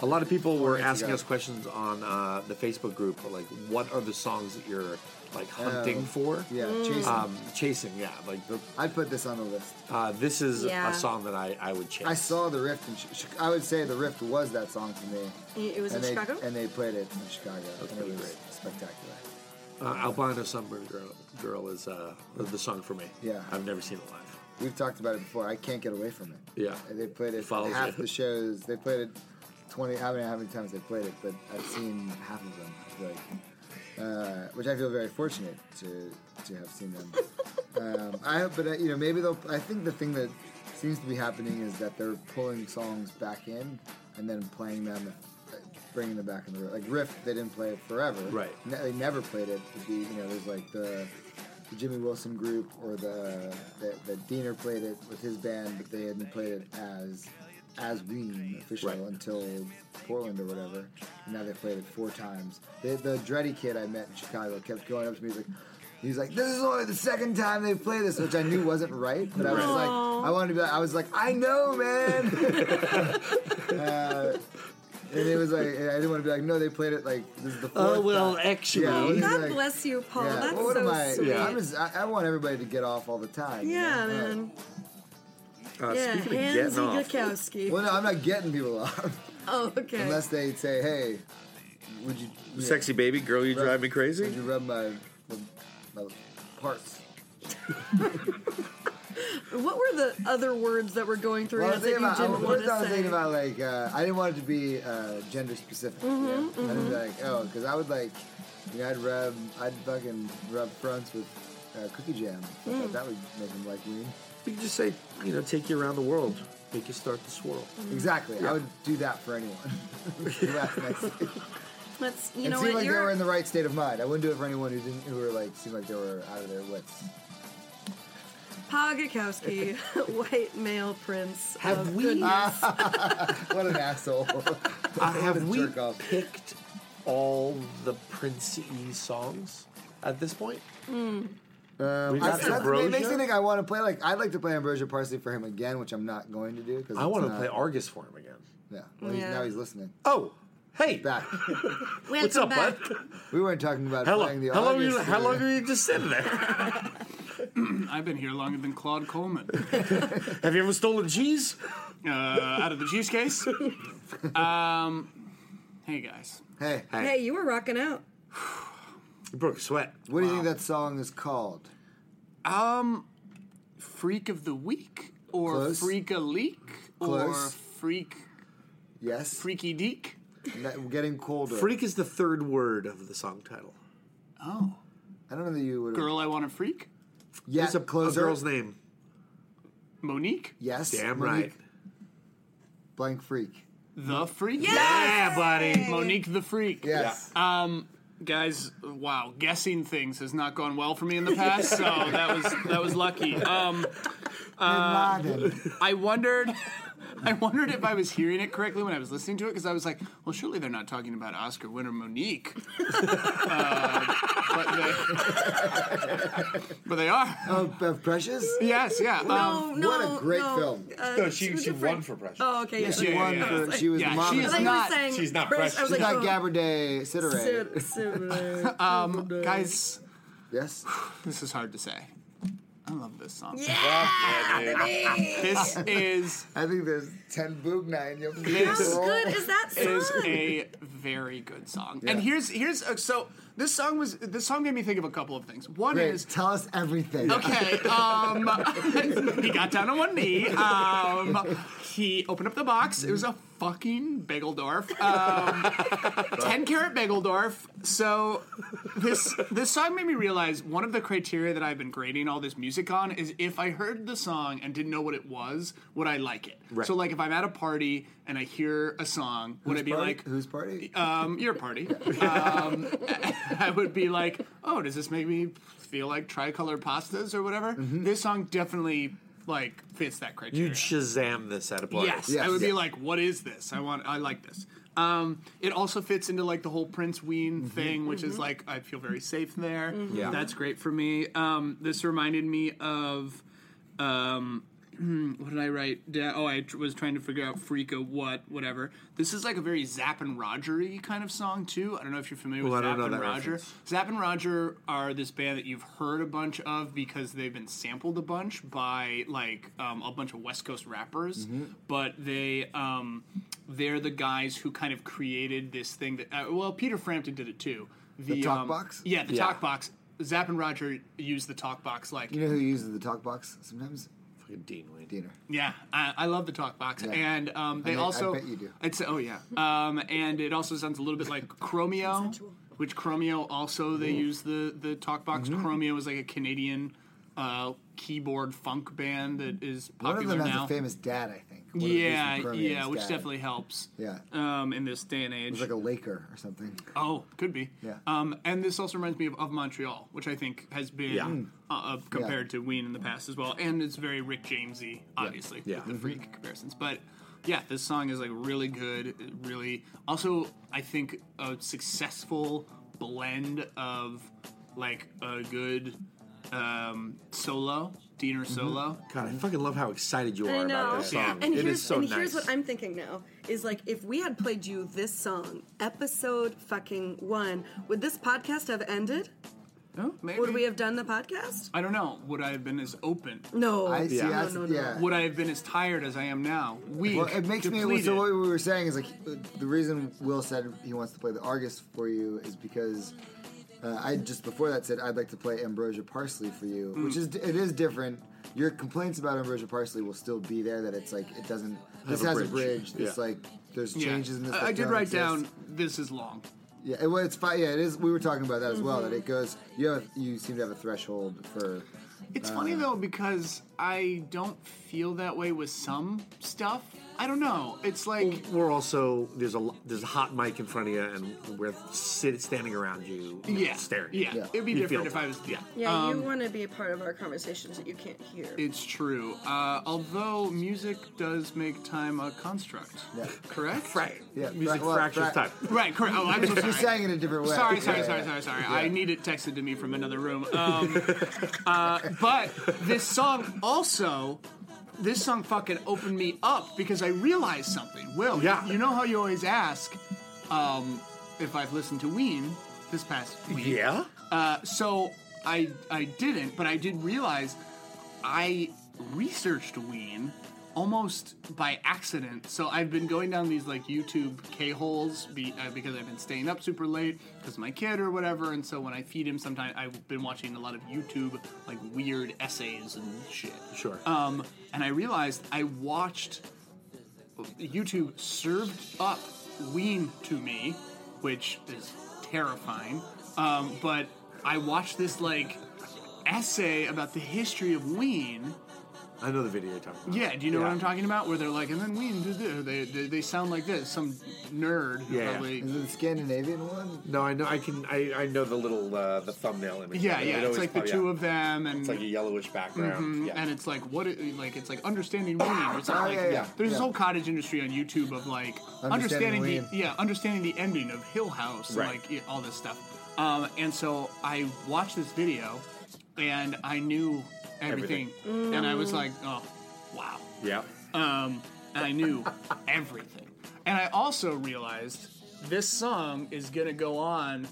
Speaker 4: A lot of people were
Speaker 5: nights
Speaker 4: asking
Speaker 5: ago.
Speaker 4: us questions on uh, the Facebook group, like, what are the songs that you're like hunting
Speaker 5: Oh,
Speaker 4: for?
Speaker 5: Yeah, Jason.
Speaker 4: Um, chasing, yeah. Like the,
Speaker 5: I'd put this on the list.
Speaker 4: uh, this is
Speaker 3: Yeah.
Speaker 4: a song that I, I would chase.
Speaker 5: I saw the rift, and sh- I would say the rift was that song to me.
Speaker 3: It was in
Speaker 5: and they,
Speaker 3: Chicago?
Speaker 5: and they played it in Chicago, and it
Speaker 4: pretty
Speaker 5: was
Speaker 4: great.
Speaker 5: spectacular.
Speaker 4: uh, Albino Sunburn Girl, Girl is uh, the song for me.
Speaker 5: Yeah.
Speaker 4: I've never seen it live.
Speaker 5: We've talked about it before. I can't get away from it.
Speaker 4: Yeah.
Speaker 5: And they played it
Speaker 4: Follows
Speaker 5: half
Speaker 4: you.
Speaker 5: the shows. They played it twenty. I don't know how many times they played it, but I've seen half of them. I feel like. Uh, which I feel very fortunate to to have seen them. um, I hope, but uh, you know, maybe they'll. I think the thing that seems to be happening is that they're pulling songs back in and then playing them, uh, bringing them back in the ro- like Rift. They didn't play it forever.
Speaker 4: Right.
Speaker 5: Ne- they never played it. It'd be, you know, there's like the, the Jimmy Wilson group or the, the the Diener played it with his band, but they hadn't played it as as Ween official
Speaker 1: Right.
Speaker 5: until Portland or whatever. And now they played it four times. The, the Dreddy kid I met in Chicago kept going up to me he's like, he's like, this is only the second time they play this, which I knew wasn't right, but I was like, I wanted to be like, I was like, I know, man. Uh, and it was like, and I didn't want to be like, no, they played it like this is the fourth.
Speaker 9: Oh, well,
Speaker 5: time."
Speaker 9: actually.
Speaker 5: Yeah, what do you
Speaker 3: Oh, God
Speaker 5: like-
Speaker 3: bless you, Paul. Oh, That's
Speaker 5: what am
Speaker 3: so
Speaker 5: I?
Speaker 3: sweet.
Speaker 5: I'm just, I, I want everybody to get off all the time. you know?
Speaker 3: Yeah, man.
Speaker 4: Uh,
Speaker 3: Yeah,
Speaker 4: speaking of getting
Speaker 3: Hansi
Speaker 4: off,
Speaker 3: Gukowski.
Speaker 5: Well, no, I'm not getting people off
Speaker 3: Oh, okay.
Speaker 5: unless they say, "Hey, would you, you
Speaker 4: sexy baby girl, you
Speaker 5: Right.
Speaker 4: drive me
Speaker 5: know, would
Speaker 4: crazy.
Speaker 5: you rub my, my, my parts?"
Speaker 3: What were the other words that were going through
Speaker 5: Well, I
Speaker 3: well,
Speaker 5: was
Speaker 3: that you
Speaker 5: thinking about,
Speaker 3: didn't
Speaker 5: I,
Speaker 3: want
Speaker 5: first I was
Speaker 3: to say?
Speaker 5: thinking about like uh, I didn't want it to be uh, gender specific. you know?
Speaker 3: Mm-hmm,
Speaker 5: I didn't be like, oh, because I would like, you know, I'd rub, I'd fucking rub fronts with uh, cookie jam. I thought
Speaker 3: Mm.
Speaker 5: that would make them like me.
Speaker 4: You could just say, you know, take you around the world, make you start to swirl.
Speaker 5: Exactly, I would do that for anyone. Yeah, nice.
Speaker 3: Let's, you
Speaker 5: It
Speaker 3: know
Speaker 5: seemed
Speaker 3: what,
Speaker 5: like they were
Speaker 3: you're,
Speaker 5: in the right state of mind. I wouldn't do it for anyone who didn't, who were like seemed like they were out of their wits.
Speaker 3: Pa Gukowski, white male prince.
Speaker 9: Have
Speaker 3: of
Speaker 9: we-
Speaker 5: Ah,
Speaker 3: goodness.
Speaker 5: What an asshole!
Speaker 9: Uh, have we
Speaker 5: jerk off.
Speaker 9: picked all the Prince E songs at this point?
Speaker 5: Hmm. Um,
Speaker 9: got
Speaker 5: I, that's what
Speaker 9: Ambrosia?
Speaker 5: makes me think I want to play like I'd like to play Ambrosia Parsley for him again, which I'm not going to do because
Speaker 9: I want to play Argus for him again.
Speaker 5: Yeah, well, he's,
Speaker 3: Yeah.
Speaker 5: now he's listening.
Speaker 9: Oh, hey,
Speaker 5: Back.
Speaker 3: Welcome
Speaker 9: what's up,
Speaker 3: back.
Speaker 9: bud?
Speaker 5: We weren't talking about
Speaker 9: How
Speaker 5: playing
Speaker 9: long?
Speaker 5: the
Speaker 9: How long, are you,
Speaker 5: August,
Speaker 9: how
Speaker 5: uh,
Speaker 9: long are you just sitting there?
Speaker 6: I've been here longer than Claude Coleman.
Speaker 9: Have you ever stolen cheese?
Speaker 6: Uh, out of the cheese case. Um, hey guys,
Speaker 5: Hey,
Speaker 3: Hey, you were rocking out.
Speaker 9: You broke a sweat.
Speaker 5: what do you think that song is called?
Speaker 6: freak of the week or
Speaker 5: Close.
Speaker 6: freak a leak or
Speaker 5: Close.
Speaker 6: freak
Speaker 5: Yes,
Speaker 6: freaky deek.
Speaker 5: That- getting colder.
Speaker 9: Freak is the third word of the song title.
Speaker 6: Oh,
Speaker 5: I don't know that you would.
Speaker 6: girl, I want to freak.
Speaker 5: Yeah,
Speaker 9: It's a, a
Speaker 5: closer.
Speaker 9: girl's name.
Speaker 6: Monique,
Speaker 5: Yes,
Speaker 9: Damn
Speaker 5: Monique,
Speaker 9: right.
Speaker 5: Blank freak.
Speaker 6: the freak.
Speaker 9: Yeah, buddy.
Speaker 6: Monique the freak.
Speaker 5: Yes.
Speaker 6: Guys, wow, guessing things has not gone well for me in the past, so that was that was lucky. Um,
Speaker 5: Bin Laden.
Speaker 9: Uh,
Speaker 6: I wondered, I wondered if I was hearing it correctly when I was listening to it because I was like, well, surely they're not talking about Oscar winner Monique, uh, but they, but they are.
Speaker 5: Oh, uh, Precious.
Speaker 6: Yes, yeah. Um,
Speaker 3: No, no,
Speaker 5: what a great
Speaker 3: no.
Speaker 5: film.
Speaker 3: Uh,
Speaker 1: No, she,
Speaker 3: was
Speaker 1: she
Speaker 3: a friend.
Speaker 1: won for Precious.
Speaker 3: Oh, okay. Yeah,
Speaker 5: She
Speaker 6: yeah,
Speaker 5: won
Speaker 6: yeah.
Speaker 5: for- she was
Speaker 6: Yeah,
Speaker 5: the
Speaker 6: she
Speaker 5: mom.
Speaker 6: is
Speaker 3: I thought you
Speaker 6: not-
Speaker 3: were saying
Speaker 1: she's not
Speaker 3: Prince. I was
Speaker 5: She's
Speaker 3: like,
Speaker 5: not
Speaker 3: oh,
Speaker 5: Gabber Day Sitterae.
Speaker 3: Sid- Sid-
Speaker 6: um, guys,
Speaker 5: yes.
Speaker 6: this is hard to say. I love this song.
Speaker 1: Yeah, dude.
Speaker 6: This is
Speaker 5: I think there's 10 boob nine. You'll
Speaker 3: How good is that
Speaker 6: is
Speaker 3: song?
Speaker 6: a very good song.
Speaker 5: Yeah.
Speaker 6: And here's here's uh, so this song was this song made me think of a couple of things. One
Speaker 5: Great.
Speaker 6: is
Speaker 5: Tell us everything.
Speaker 6: Okay. Um, he got down on one knee. Um, he opened up the box. It was a fucking Bageldorf. Um, Ten carat Bageldorf. So this this song made me realize one of the criteria that I've been grading all this music on is if I heard the song and didn't know what it was, would I like it? So like if I'm at a party and I hear a song, would I be
Speaker 5: Party?
Speaker 6: like,
Speaker 5: whose party?
Speaker 6: um, your party. Um, I would be like, oh, does this make me feel like tricolor pastas or whatever? This song definitely like fits that criteria.
Speaker 9: You'd Shazam this at a party.
Speaker 6: yes,
Speaker 5: Yes.
Speaker 6: I would
Speaker 5: Yeah.
Speaker 6: be like, what is this? I want, I like this. Um, it also fits into like the whole Prince
Speaker 9: Mm-hmm.
Speaker 6: Ween thing, which is like I feel very safe there.
Speaker 9: Yeah.
Speaker 6: that's great for me. Um, this reminded me of. Um, what did I write? down? Oh, I tr- was trying to figure out Freaka what, whatever. This is like a very Zapp and Rogery kind of song too. I don't know if you're familiar
Speaker 9: Ooh, I
Speaker 6: with
Speaker 9: don't
Speaker 6: Zapp
Speaker 9: know
Speaker 6: and
Speaker 9: that
Speaker 6: Roger.
Speaker 9: reference.
Speaker 6: Zapp and Roger are this band that you've heard a bunch of because they've been sampled a bunch by like um, a bunch of West Coast rappers,
Speaker 5: Mm-hmm.
Speaker 6: but they. Um, they're the guys who kind of created this thing that uh, well Peter Frampton did it too. The, um,
Speaker 5: talk box?
Speaker 6: Yeah, the
Speaker 9: Yeah.
Speaker 6: talk box. Zapp and Roger used the talk box like
Speaker 5: You know who uses the talk box sometimes?
Speaker 9: Fucking Dean Wayne.
Speaker 5: Diener.
Speaker 6: yeah, I, I love the talk box, and um, they
Speaker 5: bet- I
Speaker 6: also.
Speaker 5: bet you do.
Speaker 6: It's oh yeah, um, and it also sounds a little bit like Chromeo, which Chromeo also they use the the talk box.
Speaker 5: Mm-hmm.
Speaker 6: Chromeo is like a Canadian uh, keyboard funk band that is
Speaker 5: One of
Speaker 6: popular
Speaker 5: them has
Speaker 6: now.
Speaker 5: a famous dad, I think. One of the Jason
Speaker 6: yeah,
Speaker 5: Permian's
Speaker 6: yeah, which
Speaker 5: dad.
Speaker 6: definitely helps.
Speaker 5: Yeah.
Speaker 6: Um, in this day and age,
Speaker 5: It's like a Laker or something.
Speaker 6: Oh, could be.
Speaker 5: Yeah.
Speaker 6: Um, and this also reminds me of, of Montreal, which I think has been
Speaker 9: Yeah.
Speaker 6: uh, uh, compared to Ween in the past as well, and it's very Rick Jamesy, obviously,
Speaker 9: Yeah.
Speaker 6: with the freak comparisons. But yeah, this song is like really good. it Really, also I think a successful blend of like a good um, solo, Diener solo.
Speaker 4: God, I fucking love how excited you are
Speaker 10: I
Speaker 4: about
Speaker 10: know.
Speaker 4: this
Speaker 6: Yeah.
Speaker 4: song.
Speaker 10: And
Speaker 4: it
Speaker 10: here's,
Speaker 4: is so
Speaker 10: and
Speaker 4: nice.
Speaker 10: here's what I'm thinking now is like if we had played you this song, episode fucking one, would this podcast have ended?
Speaker 6: Oh, maybe.
Speaker 10: Would we have done the podcast?
Speaker 6: I don't know. Would I have been as open?
Speaker 10: No.
Speaker 3: Oh,
Speaker 5: I see.
Speaker 10: No,
Speaker 5: I,
Speaker 10: no, no.
Speaker 5: yeah.
Speaker 6: Would I have been as tired as I am now? Weak,
Speaker 5: Well, it makes
Speaker 6: depleted.
Speaker 5: me. So what we were saying is like the reason Will said he wants to play the Argus for you is because uh, I just before that said I'd like to play Ambrosia Parsley for you,
Speaker 6: Hmm.
Speaker 5: which is it is different. Your complaints about Ambrosia Parsley will still be there. That it's like it doesn't. This
Speaker 4: a
Speaker 5: has a
Speaker 4: bridge.
Speaker 5: bridge. This
Speaker 4: Yeah.
Speaker 5: like there's
Speaker 6: Yeah.
Speaker 5: changes in this.
Speaker 6: I,
Speaker 5: that
Speaker 6: I did
Speaker 5: don't
Speaker 6: write
Speaker 5: exist.
Speaker 6: down. This is long.
Speaker 5: Yeah, it, well, it's fine. Yeah, it is. We were talking about that as well.
Speaker 6: Mm-hmm.
Speaker 5: That it goes. You have. You seem to have a threshold for.
Speaker 6: It's funny though because I don't feel that way with some stuff. I don't know. It's like
Speaker 4: We're also there's a lo- there's a hot mic in front of you, and we're sit, standing around you, you know,
Speaker 6: yeah,
Speaker 4: staring.
Speaker 6: Yeah.
Speaker 5: Yeah.
Speaker 6: it'd be
Speaker 4: You
Speaker 6: different
Speaker 4: feel
Speaker 6: if I was yeah.
Speaker 10: Yeah,
Speaker 5: Um,
Speaker 10: you want to be a part of our conversations that you can't hear.
Speaker 6: It's true. Uh, although music does make time a construct.
Speaker 5: Yeah.
Speaker 6: Correct.
Speaker 4: Right.
Speaker 5: Yeah,
Speaker 4: Music
Speaker 5: fra- well, fra-
Speaker 4: fractures time.
Speaker 6: Right. Correct. Oh, I'm so
Speaker 5: You're
Speaker 6: sorry.
Speaker 5: saying it a different way.
Speaker 6: Sorry,
Speaker 5: Yeah,
Speaker 6: sorry,
Speaker 5: yeah,
Speaker 6: sorry,
Speaker 5: yeah.
Speaker 6: sorry, sorry. I need it texted to me from another room. Um, uh, but this song also, this song fucking opened me up because I realized something. Will,
Speaker 4: Yeah.
Speaker 6: you know how you always ask um, if I've listened to Ween this past week?
Speaker 4: Yeah.
Speaker 6: Uh, so I I didn't, but I did realize I researched Ween almost by accident. So I've been going down these like YouTube K holes be, uh, because I've been staying up super late because my kid or whatever. And so when I feed him, sometimes I've been watching a lot of YouTube like weird essays and shit.
Speaker 4: Sure.
Speaker 6: Um, and I realized I watched YouTube served up Ween to me, which is terrifying. Um, but I watched this like essay about the history of Ween.
Speaker 4: I know the video you're talking about.
Speaker 6: Yeah, do you know what
Speaker 4: Yeah.
Speaker 6: I'm talking about? Where they're like, and then Ween did this. They, they they sound like this. Some nerd. who
Speaker 4: Yeah, yeah.
Speaker 6: Probably,
Speaker 5: Is it the Scandinavian one?
Speaker 4: No, I know. I can. I, I know the little uh, the thumbnail image.
Speaker 6: yeah,
Speaker 4: It
Speaker 6: yeah. It's
Speaker 4: always
Speaker 6: like the
Speaker 4: pop-
Speaker 6: two
Speaker 4: yeah.
Speaker 6: of them, and
Speaker 4: It's like a yellowish background. Yeah.
Speaker 6: and it's like what it, like it's like understanding Ween. It's not
Speaker 5: Oh,
Speaker 6: like
Speaker 5: yeah, yeah,
Speaker 6: there's this
Speaker 5: yeah.
Speaker 6: whole cottage industry on YouTube of like
Speaker 5: Understanding
Speaker 6: understanding, the yeah understanding the ending of Hill House
Speaker 4: Right.
Speaker 6: and like yeah, all this stuff. Um, and so I watched this video, and I knew everything, and I was like, oh wow,
Speaker 4: yeah.
Speaker 6: um, and I knew everything. And I also realized this song is gonna go on.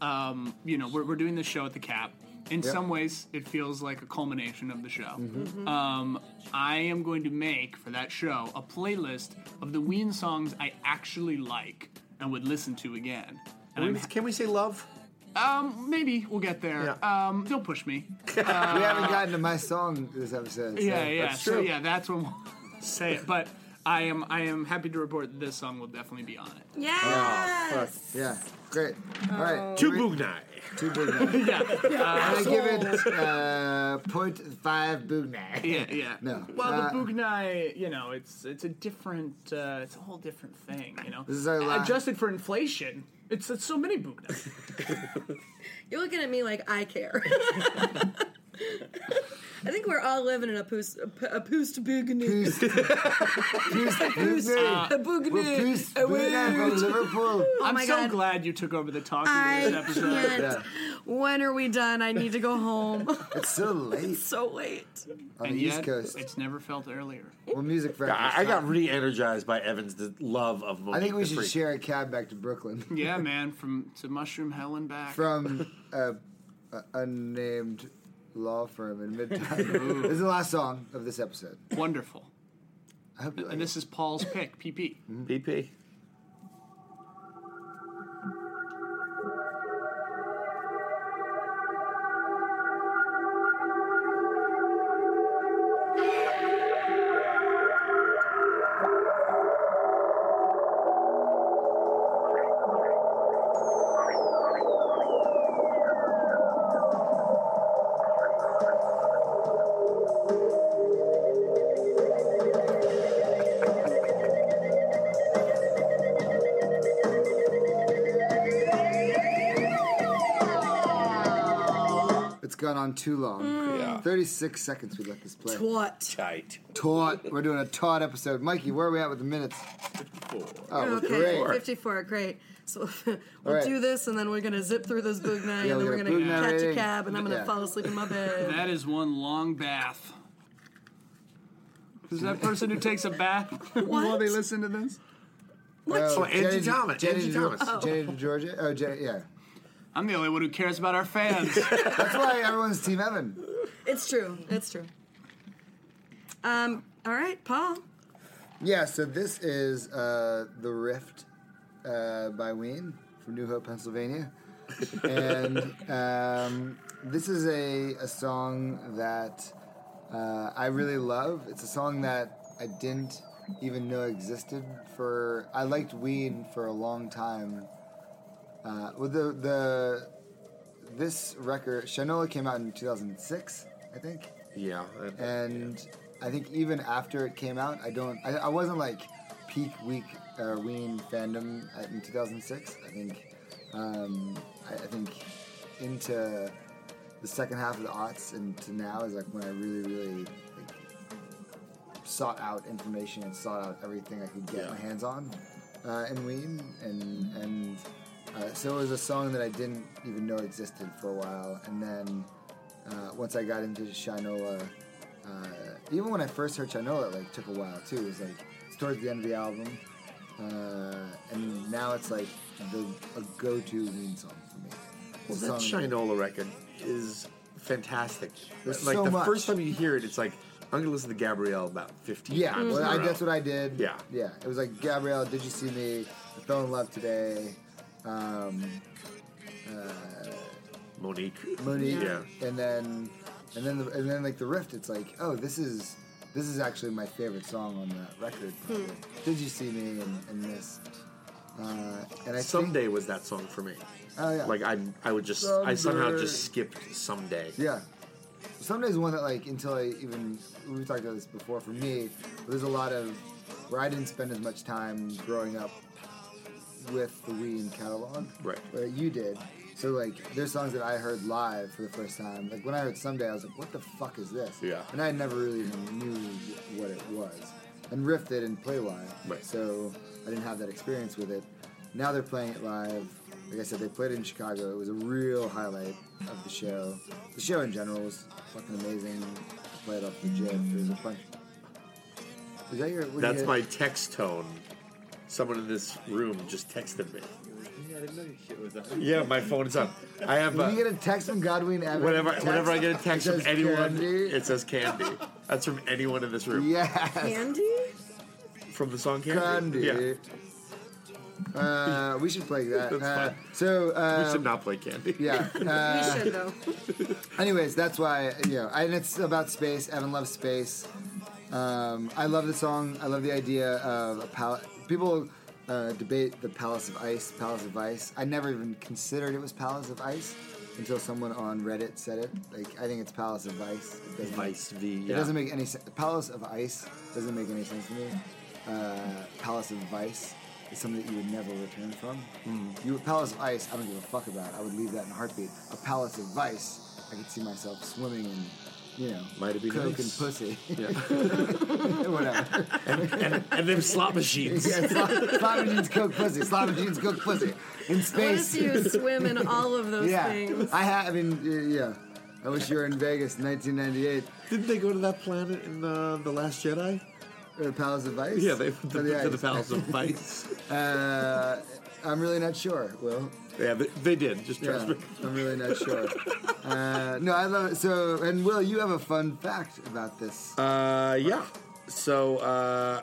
Speaker 6: Um, you know, we're, we're doing this show at the Cap. In some ways, it feels like a culmination of the show.
Speaker 4: Mm-hmm.
Speaker 6: Um, I am going to make for that show a playlist of the Ween songs I actually like and would listen to again. And I'm,
Speaker 4: Can we say love?
Speaker 6: um, maybe we'll get there. Um, don't push me.
Speaker 5: we haven't gotten to my song this episode. so-
Speaker 6: Yeah, yeah.
Speaker 4: That's
Speaker 6: So
Speaker 4: true.
Speaker 6: yeah, that's when we'll say it. But I am I am happy to report that this song will definitely be on it.
Speaker 5: Ah,
Speaker 10: yes.
Speaker 5: Yeah, great. All right,
Speaker 4: Two Bugnai.
Speaker 5: two Bugnai. I'm gonna give it uh, 0.5 Bugnai.
Speaker 6: Yeah, yeah.
Speaker 5: No.
Speaker 6: Well,
Speaker 5: Uh,
Speaker 6: the Bugnai, you know, it's it's a different, uh, it's a whole different thing, you know.
Speaker 5: This is our la-
Speaker 6: Adjusted for inflation, it's, it's so many Bugnai.
Speaker 10: You're looking at me like I care. I think we're all living in a post a p- a post bugni.
Speaker 5: Who's- who's- who's me?
Speaker 10: A bugni.
Speaker 5: Who's Bugnai from Liverpool?
Speaker 10: Oh
Speaker 6: I'm
Speaker 10: my
Speaker 6: so
Speaker 10: God.
Speaker 6: glad you took over the talking
Speaker 10: I
Speaker 6: of this episode.
Speaker 10: can't.
Speaker 5: Yeah.
Speaker 10: When are we done? I need to go home.
Speaker 5: It's so late
Speaker 10: so late.
Speaker 5: on
Speaker 6: And
Speaker 5: the East
Speaker 6: yet,
Speaker 5: Coast.
Speaker 6: it's never felt earlier.
Speaker 5: Well, music for
Speaker 4: I, I got re-energized by Evan's d- love of. Monique
Speaker 5: I think we
Speaker 4: the
Speaker 5: should
Speaker 4: Freak.
Speaker 5: share a cab back to Brooklyn
Speaker 6: Yeah, man, from to Mushroom Hell and back.
Speaker 5: from a, a unnamed law firm in Midtown. this is the last song of this episode.
Speaker 6: Wonderful.
Speaker 5: I hope you like
Speaker 6: And this is Paul's pick, PP.
Speaker 4: PP.
Speaker 5: it. gone on too long.
Speaker 4: Mm.
Speaker 9: Yeah.
Speaker 5: 36 seconds we let this play.
Speaker 10: What?
Speaker 9: Tight.
Speaker 5: Taut. We're doing a taut episode. Mikey, where are we at with the minutes? Oh,
Speaker 10: okay,
Speaker 5: great.
Speaker 10: 54, great. So we'll
Speaker 5: right.
Speaker 10: do this, and then we're going to zip through this boog night, and
Speaker 5: Yeah,
Speaker 10: then
Speaker 5: we
Speaker 10: we're
Speaker 5: got
Speaker 10: going to
Speaker 5: boog night
Speaker 10: catch a
Speaker 5: rating.
Speaker 10: cab, and I'm going to
Speaker 5: Yeah.
Speaker 10: fall asleep in my bed.
Speaker 6: That is one long bath. Is that person who takes a bath while they listen to this?
Speaker 5: Oh,
Speaker 4: Oh, Angie
Speaker 5: Jenny-
Speaker 4: Thomas.
Speaker 5: Jenny
Speaker 4: Angie
Speaker 5: Ge-
Speaker 4: Thomas.
Speaker 5: Jenny Georgia. Oh, Jenny, yeah.
Speaker 6: I'm the only one who cares about our fans.
Speaker 5: That's why everyone's Team Evan.
Speaker 10: It's true. It's true. Um. All right, Paul.
Speaker 5: Yeah, so this is uh, The Rift uh, by Ween from New Hope, Pennsylvania. and um, this is a, a song that uh, I really love. It's a song that I didn't even know existed for. I liked Ween for a long time. Uh, well, the, the this record, Shanola came out in 2006, I think
Speaker 4: Yeah. uh,
Speaker 5: and I think even after it came out, I don't, I, I wasn't like peak week uh, Ween fandom uh, in 2006. I think, um, I, I think into the second half of the aughts and to now is like when I really, really like, sought out information and sought out everything I could get my hands on uh, in Ween, and and uh, so it was a song that I didn't even know existed for a while, and then uh, once I got into Shinola, uh, even when I first heard Shinola, it like took a while too. It was like it's towards the end of the album, uh, and now it's like the a go-to Ween song for me.
Speaker 4: Well,
Speaker 5: It's a
Speaker 4: that
Speaker 5: song that-
Speaker 4: Shinola record is fantastic.
Speaker 5: There's
Speaker 4: like
Speaker 5: so
Speaker 4: the
Speaker 5: much.
Speaker 4: first time you hear it, it's like I'm gonna listen to Gabrielle about 15
Speaker 5: Yeah,
Speaker 4: times.
Speaker 5: well,
Speaker 4: in a
Speaker 5: I,
Speaker 4: row.
Speaker 5: that's what I did.
Speaker 4: Yeah.
Speaker 5: yeah. It was like Gabrielle, did you see me? I fell in love today. Um,
Speaker 4: Monique.
Speaker 5: Monique,
Speaker 4: Yeah.
Speaker 5: and then, and then, the, and then like the rift. It's like, oh, this is this is actually my favorite song on that record. Did you see me? And, and this, uh, and I
Speaker 4: Someday was that song for me.
Speaker 5: think, oh, yeah.
Speaker 4: Like I, I would just, I somehow just skipped someday.
Speaker 5: Yeah. Sometimes one that like until I even we talked about this before for me, there's a lot of where I didn't spend as much time growing up with the Ween catalog.
Speaker 4: Right.
Speaker 5: But you did. So like there's songs that I heard live for the first time. Like when I heard someday I was like, What the fuck is this?
Speaker 4: Yeah.
Speaker 5: And I never really even knew what it was. And Riff they didn't play live.
Speaker 4: Right.
Speaker 5: So I didn't have that experience with it. Now they're playing it live. Like I said, they played it in Chicago. It was a real highlight of the show. The show in general was fucking amazing. I played off the jet. There's a bunch. Is that your? what do you
Speaker 4: That's
Speaker 5: get?
Speaker 4: my text tone. Someone in this room just texted me.
Speaker 1: I didn't know your shit was up.
Speaker 4: Yeah, my phone is up. I have
Speaker 5: Did
Speaker 4: uh,
Speaker 5: you get a text from Godwin Abbott?
Speaker 4: whenever, whenever I get a text from
Speaker 5: says
Speaker 4: anyone,
Speaker 5: candy.
Speaker 4: it says candy. That's from anyone in this room.
Speaker 5: Yes.
Speaker 10: Andy.
Speaker 4: From the song Candy.
Speaker 5: Candy.
Speaker 4: Yeah.
Speaker 5: Uh, we should play that.
Speaker 4: That's
Speaker 5: Uh,
Speaker 4: fine.
Speaker 5: so,
Speaker 4: We
Speaker 5: uh,
Speaker 4: should not play candy.
Speaker 5: yeah. Uh,
Speaker 10: we should though.
Speaker 5: anyways, that's why you know, and it's about space. Evan loves space. Um, I love the song. I love the idea of a palace. People uh, debate the Palace of Ice, Palace of Ice. I never even considered it was Palace of Ice until someone on Reddit said it. Like, I think it's Palace of Vice. It doesn't make-
Speaker 4: Vice V.
Speaker 5: it
Speaker 4: yeah.
Speaker 5: doesn't make any sense. Palace of Ice doesn't make any sense to me. Uh, Palace of Vice is something that you would never return from.
Speaker 4: Hmm.
Speaker 5: You Palace of Ice, I don't give a fuck about. I would leave that in a heartbeat. A Palace of Vice, I could see myself swimming in, you know,
Speaker 4: Might it be
Speaker 5: coke
Speaker 4: nice.
Speaker 5: and pussy,
Speaker 4: Yeah.
Speaker 5: whatever.
Speaker 4: and them slot machines.
Speaker 5: yeah, slava, slava jeans, coke, pussy. Slava jeans, coke, pussy. In
Speaker 10: I want to
Speaker 5: space.
Speaker 10: see you swim in all of those
Speaker 5: yeah,
Speaker 10: things.
Speaker 5: I have. I mean, uh, yeah. I wish you were in Vegas, 1998.
Speaker 4: Didn't they go to that planet in the, the Last Jedi?
Speaker 5: Uh, Palace of Vice.
Speaker 4: Yeah, they
Speaker 5: Or
Speaker 4: went to the, to the
Speaker 5: Ice?
Speaker 4: Palace of Vice.
Speaker 5: Uh, I'm really not sure. Will.
Speaker 4: yeah, they, they did. Just
Speaker 5: Yeah,
Speaker 4: trust me.
Speaker 5: I'm really not sure. Uh, no, I love it. So, and Will, you have a fun fact about this.
Speaker 4: Uh, yeah. So uh, I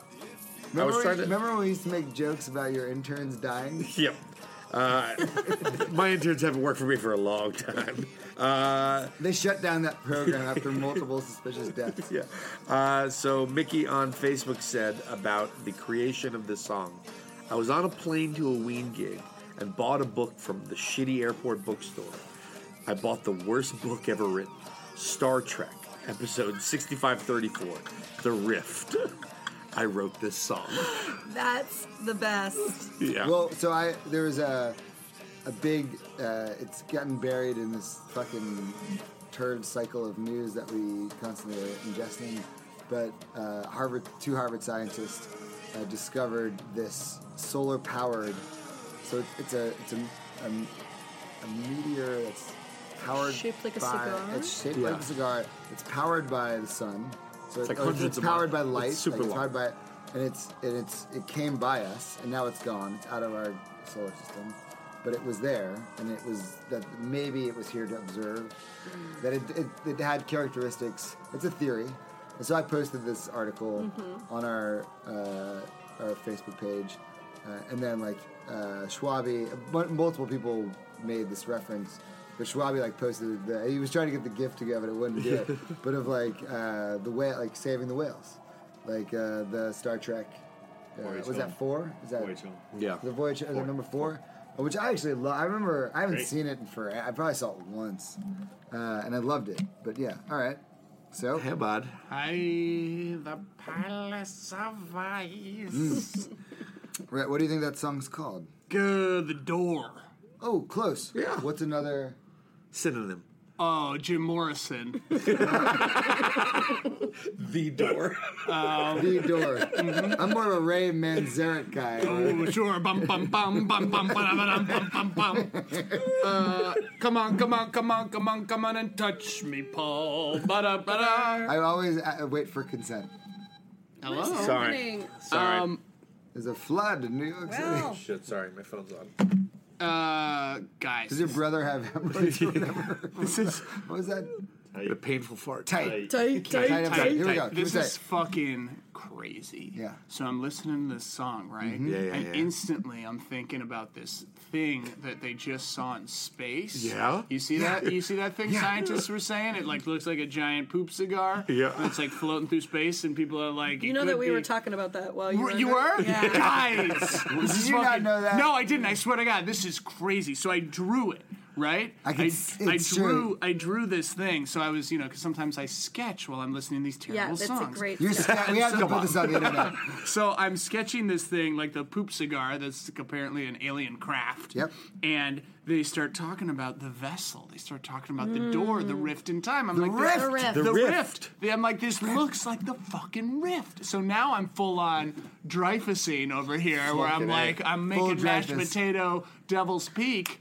Speaker 5: remember,
Speaker 4: was trying
Speaker 5: when,
Speaker 4: to.
Speaker 5: remember when we used to make jokes about your interns dying?
Speaker 4: Yep. Uh, my interns haven't worked for me for a long time. Uh,
Speaker 5: They shut down that program after multiple suspicious deaths.
Speaker 4: yeah. Uh, so Mickey on Facebook said about the creation of this song. I was on a plane to a Ween gig and bought a book from the shitty airport bookstore. I bought the worst book ever written, Star Trek, episode 6534, The Rift. I wrote this song.
Speaker 10: That's the best.
Speaker 4: Yeah.
Speaker 5: Well, so I there was a a big. Uh, it's gotten buried in this fucking turd cycle of news that we constantly are ingesting. But uh, Harvard, two Harvard scientists uh, discovered this solar powered. So it's, it's a it's a, a, a meteor that's powered
Speaker 10: Shaped like a
Speaker 5: by,
Speaker 10: cigar?
Speaker 5: It's shaped
Speaker 4: Yeah.
Speaker 5: like a cigar. It's powered by the sun. So it's,
Speaker 4: like
Speaker 5: oh,
Speaker 4: hundreds
Speaker 5: it's
Speaker 4: of
Speaker 5: powered by
Speaker 4: miles.
Speaker 5: light.
Speaker 4: It's super
Speaker 5: like it's
Speaker 4: long.
Speaker 5: powered by and it's and it's it came by us and now it's gone. It's out of our solar system. But it was there and it was that maybe it was here to observe. That it, it, it had characteristics. It's a theory. And so I posted this article on our uh, our Facebook page. Uh, and then like uh, Schwabi, but multiple people made this reference. But Schwabi like posted the, he was trying to get the gift to go, but it wouldn't do it. but of like uh, the whale, like saving the whales, like uh, the Star Trek. Uh,
Speaker 1: Voyage
Speaker 5: was
Speaker 1: Home.
Speaker 5: that four? Is that
Speaker 1: Voyage Home.
Speaker 4: Yeah.
Speaker 5: The Voyage is that number four, Uh, which I actually love. I remember I haven't
Speaker 1: Great.
Speaker 5: seen it in forever. I probably saw it once, uh, and I loved it. But yeah, all right. So
Speaker 4: Hey, bud.
Speaker 6: I the palace of ice.
Speaker 5: right, what do you think that song's called?
Speaker 6: Go the door.
Speaker 5: Oh, close.
Speaker 4: Yeah.
Speaker 5: What's another?
Speaker 4: Synonym.
Speaker 6: Oh, Jim Morrison.
Speaker 4: The door.
Speaker 5: The door. I'm more of a Ray Manzarek guy.
Speaker 6: Oh, sure. Bum bum bum bum bum bum bum bum bum bum. Uh, come on, come on, come on, come on, come on and touch me, Paul. Ba-da, ba-da.
Speaker 5: I always uh, wait for consent.
Speaker 6: Hello.
Speaker 4: Sorry. Sorry.
Speaker 6: Um,
Speaker 5: There's a flood in New York City.
Speaker 10: Well,
Speaker 4: Shit, sorry. My phone's on.
Speaker 6: uh,
Speaker 5: Does
Speaker 6: guys.
Speaker 5: your brother have hemorrhoids or whatever?
Speaker 4: This is
Speaker 5: What was that?
Speaker 4: a painful fart.
Speaker 5: Tight.
Speaker 3: Tight,
Speaker 5: Tight,
Speaker 3: tight,
Speaker 5: tight. Here we go. Here
Speaker 6: This
Speaker 5: we
Speaker 6: is
Speaker 5: go.
Speaker 6: fucking crazy.
Speaker 5: Yeah.
Speaker 6: So I'm listening to this song, right?
Speaker 4: Yeah, yeah,
Speaker 6: and
Speaker 4: yeah.
Speaker 6: instantly I'm thinking about this thing that they just saw in space.
Speaker 4: Yeah?
Speaker 6: You see that? You see that thing scientists were saying? It like looks like a giant poop cigar.
Speaker 4: Yeah.
Speaker 6: And it's like floating through space, and people are like,
Speaker 10: you
Speaker 6: it
Speaker 10: know that
Speaker 6: could
Speaker 10: we were
Speaker 6: be-
Speaker 10: talking about that while you
Speaker 6: You
Speaker 10: were.
Speaker 6: were? You
Speaker 10: under-
Speaker 6: were?
Speaker 10: Yeah.
Speaker 6: Guys! This is
Speaker 5: you not
Speaker 6: fucking-
Speaker 5: know that?
Speaker 6: No, I didn't. I swear to God, this is crazy. So I drew it, right?
Speaker 5: I can
Speaker 6: I,
Speaker 5: s-
Speaker 6: I
Speaker 5: it's
Speaker 6: drew
Speaker 5: true.
Speaker 6: I drew this thing. So I was, you know, because sometimes I sketch while I'm listening to these terrible
Speaker 10: Yeah, that's a
Speaker 6: songs.
Speaker 10: great.
Speaker 5: You're sca- we have to
Speaker 6: Come
Speaker 5: put
Speaker 6: on.
Speaker 5: this on the internet.
Speaker 6: So I'm sketching this thing like the poop cigar that's apparently an alien craft.
Speaker 5: Yep.
Speaker 6: And they start talking about the vessel. They start talking about the door, the rift in time. I'm like,
Speaker 5: rift! The
Speaker 3: rift.
Speaker 6: The rift. Mm. The,
Speaker 4: The
Speaker 6: rift.
Speaker 4: rift.
Speaker 6: Yeah, I'm like, this looks like the fucking rift. So now I'm full on Dreyfusing over here, where I'm
Speaker 5: Fucking A.
Speaker 6: like, I'm
Speaker 5: Full
Speaker 6: making mashed
Speaker 5: Dreyfus.
Speaker 6: potato Devil's Peak.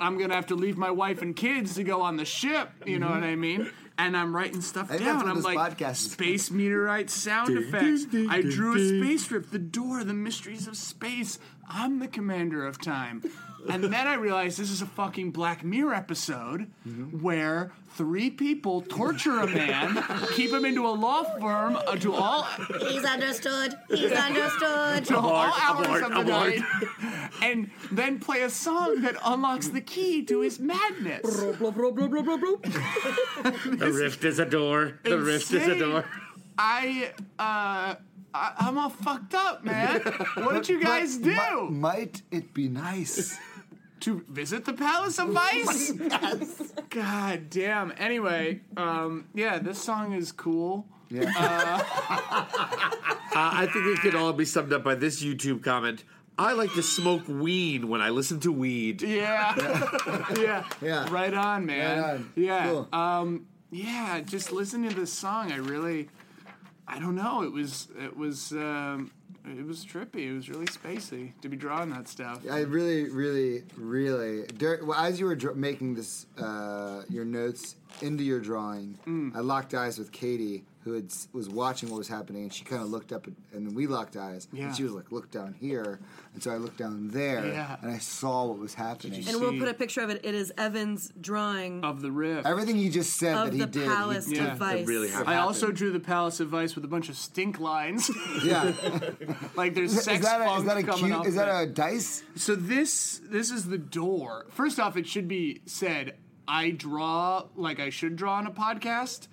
Speaker 6: I'm gonna have to leave my wife and kids to go on the ship. You know what I mean? And I'm writing stuff
Speaker 5: Mm-hmm. I think
Speaker 6: down. I'm
Speaker 5: that's what
Speaker 6: like,
Speaker 5: this podcast is.
Speaker 6: space meteorite sound effects. I drew a space strip, the door, the mysteries of space. I'm the commander of time. And then I realized this is a fucking Black Mirror episode
Speaker 5: Mm-hmm.
Speaker 6: where three people torture a man, keep him into a law firm, uh, to all
Speaker 3: He's understood. He's understood.
Speaker 6: to all hours
Speaker 4: abort,
Speaker 6: of the
Speaker 4: abort.
Speaker 6: night, and then play a song that unlocks the key to his madness.
Speaker 4: The rift is a door. The rift is a
Speaker 6: Insane.
Speaker 4: door.
Speaker 6: I uh I, I'm all fucked up, man. What did you guys do?
Speaker 5: mi- might it be nice?
Speaker 6: to visit the Palace of Vice? God damn. Anyway, um yeah, this song is cool.
Speaker 4: Uh, I think it can all be summed up by this YouTube comment. I like to smoke weed when I listen to weed.
Speaker 6: Yeah. yeah.
Speaker 5: Yeah.
Speaker 6: Right on, man.
Speaker 5: Right on.
Speaker 6: Yeah.
Speaker 5: Cool.
Speaker 6: Um yeah, just listening to this song, I really I don't know. It was it was um it was trippy. It was really spacey to be drawing that stuff.
Speaker 5: I really, really, really. Dur- well, as you were dr- making this, uh, your notes into your drawing,
Speaker 6: Mm.
Speaker 5: I locked eyes with Katie, who had, s- was watching what was happening, and she kind of looked up, at, and then we locked eyes,
Speaker 6: Yeah.
Speaker 5: and she was like, "Look down here," and so I looked down there,
Speaker 6: Yeah.
Speaker 5: and I saw what was happening.
Speaker 6: you
Speaker 10: And we'll
Speaker 6: See.
Speaker 10: put a picture of it. It is Evan's drawing
Speaker 6: Of the riff.
Speaker 5: Everything he just said that
Speaker 10: of
Speaker 5: he
Speaker 10: the
Speaker 5: did, he-
Speaker 10: palace
Speaker 6: Yeah, it
Speaker 10: device.
Speaker 4: really happened.
Speaker 6: I also drew the Palace of Vice with a bunch of stink lines.
Speaker 5: yeah.
Speaker 6: like there's
Speaker 5: is,
Speaker 6: sex
Speaker 5: that a,
Speaker 6: funk
Speaker 5: is that a
Speaker 6: coming
Speaker 5: cute?
Speaker 6: off
Speaker 5: Is
Speaker 6: the-
Speaker 5: that a dice?
Speaker 6: So this this is the door. First off, it should be said I draw like I should draw on a podcast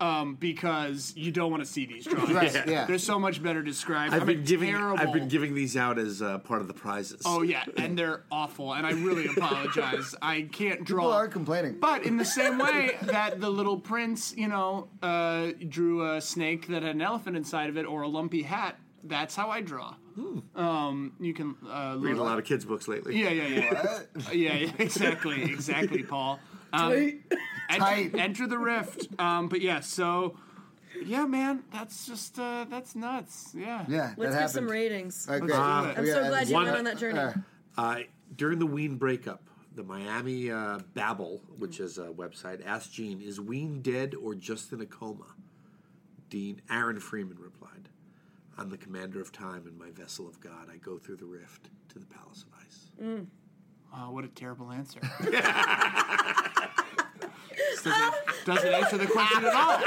Speaker 6: um, because you don't want to see these drawings.
Speaker 5: Right, yeah.
Speaker 6: They're so much better described.
Speaker 4: I've
Speaker 6: I'm
Speaker 4: been
Speaker 6: a
Speaker 4: giving
Speaker 6: terrible.
Speaker 4: I've been giving these out as uh, part of the prizes.
Speaker 6: Oh yeah, and they're awful, and I really apologize. I can't draw.
Speaker 5: People are complaining.
Speaker 6: But in the same way that the little prince, you know, uh, drew a snake that had an elephant inside of it or a lumpy hat, that's how I draw.
Speaker 5: Hmm.
Speaker 6: Um, you can uh,
Speaker 4: read a
Speaker 6: look-
Speaker 4: lot of kids' books lately.
Speaker 6: Yeah, yeah, yeah. yeah, yeah, exactly, exactly, Paul. Um,
Speaker 5: tight.
Speaker 6: Enter, enter the rift. Um, but yeah, so yeah, man, that's just uh, that's nuts. Yeah.
Speaker 5: Yeah,
Speaker 10: Let's
Speaker 5: that
Speaker 10: give some
Speaker 5: happened.
Speaker 10: ratings.
Speaker 5: All right, great.
Speaker 6: Uh,
Speaker 10: I'm
Speaker 5: We
Speaker 10: so
Speaker 5: gotta
Speaker 10: glad
Speaker 5: add
Speaker 10: you
Speaker 4: one-
Speaker 10: went on that journey.
Speaker 4: Uh, during the Ween breakup, the Miami uh, Babble, which is a website, asked Gene, "Is Ween dead or just in a coma?" Dean Aaron Freeman replied, "I'm the commander of time and my vessel of God. I go through the rift to the palace of ice."
Speaker 6: Wow, Oh, what a terrible answer. Just doesn't, doesn't answer the question at all.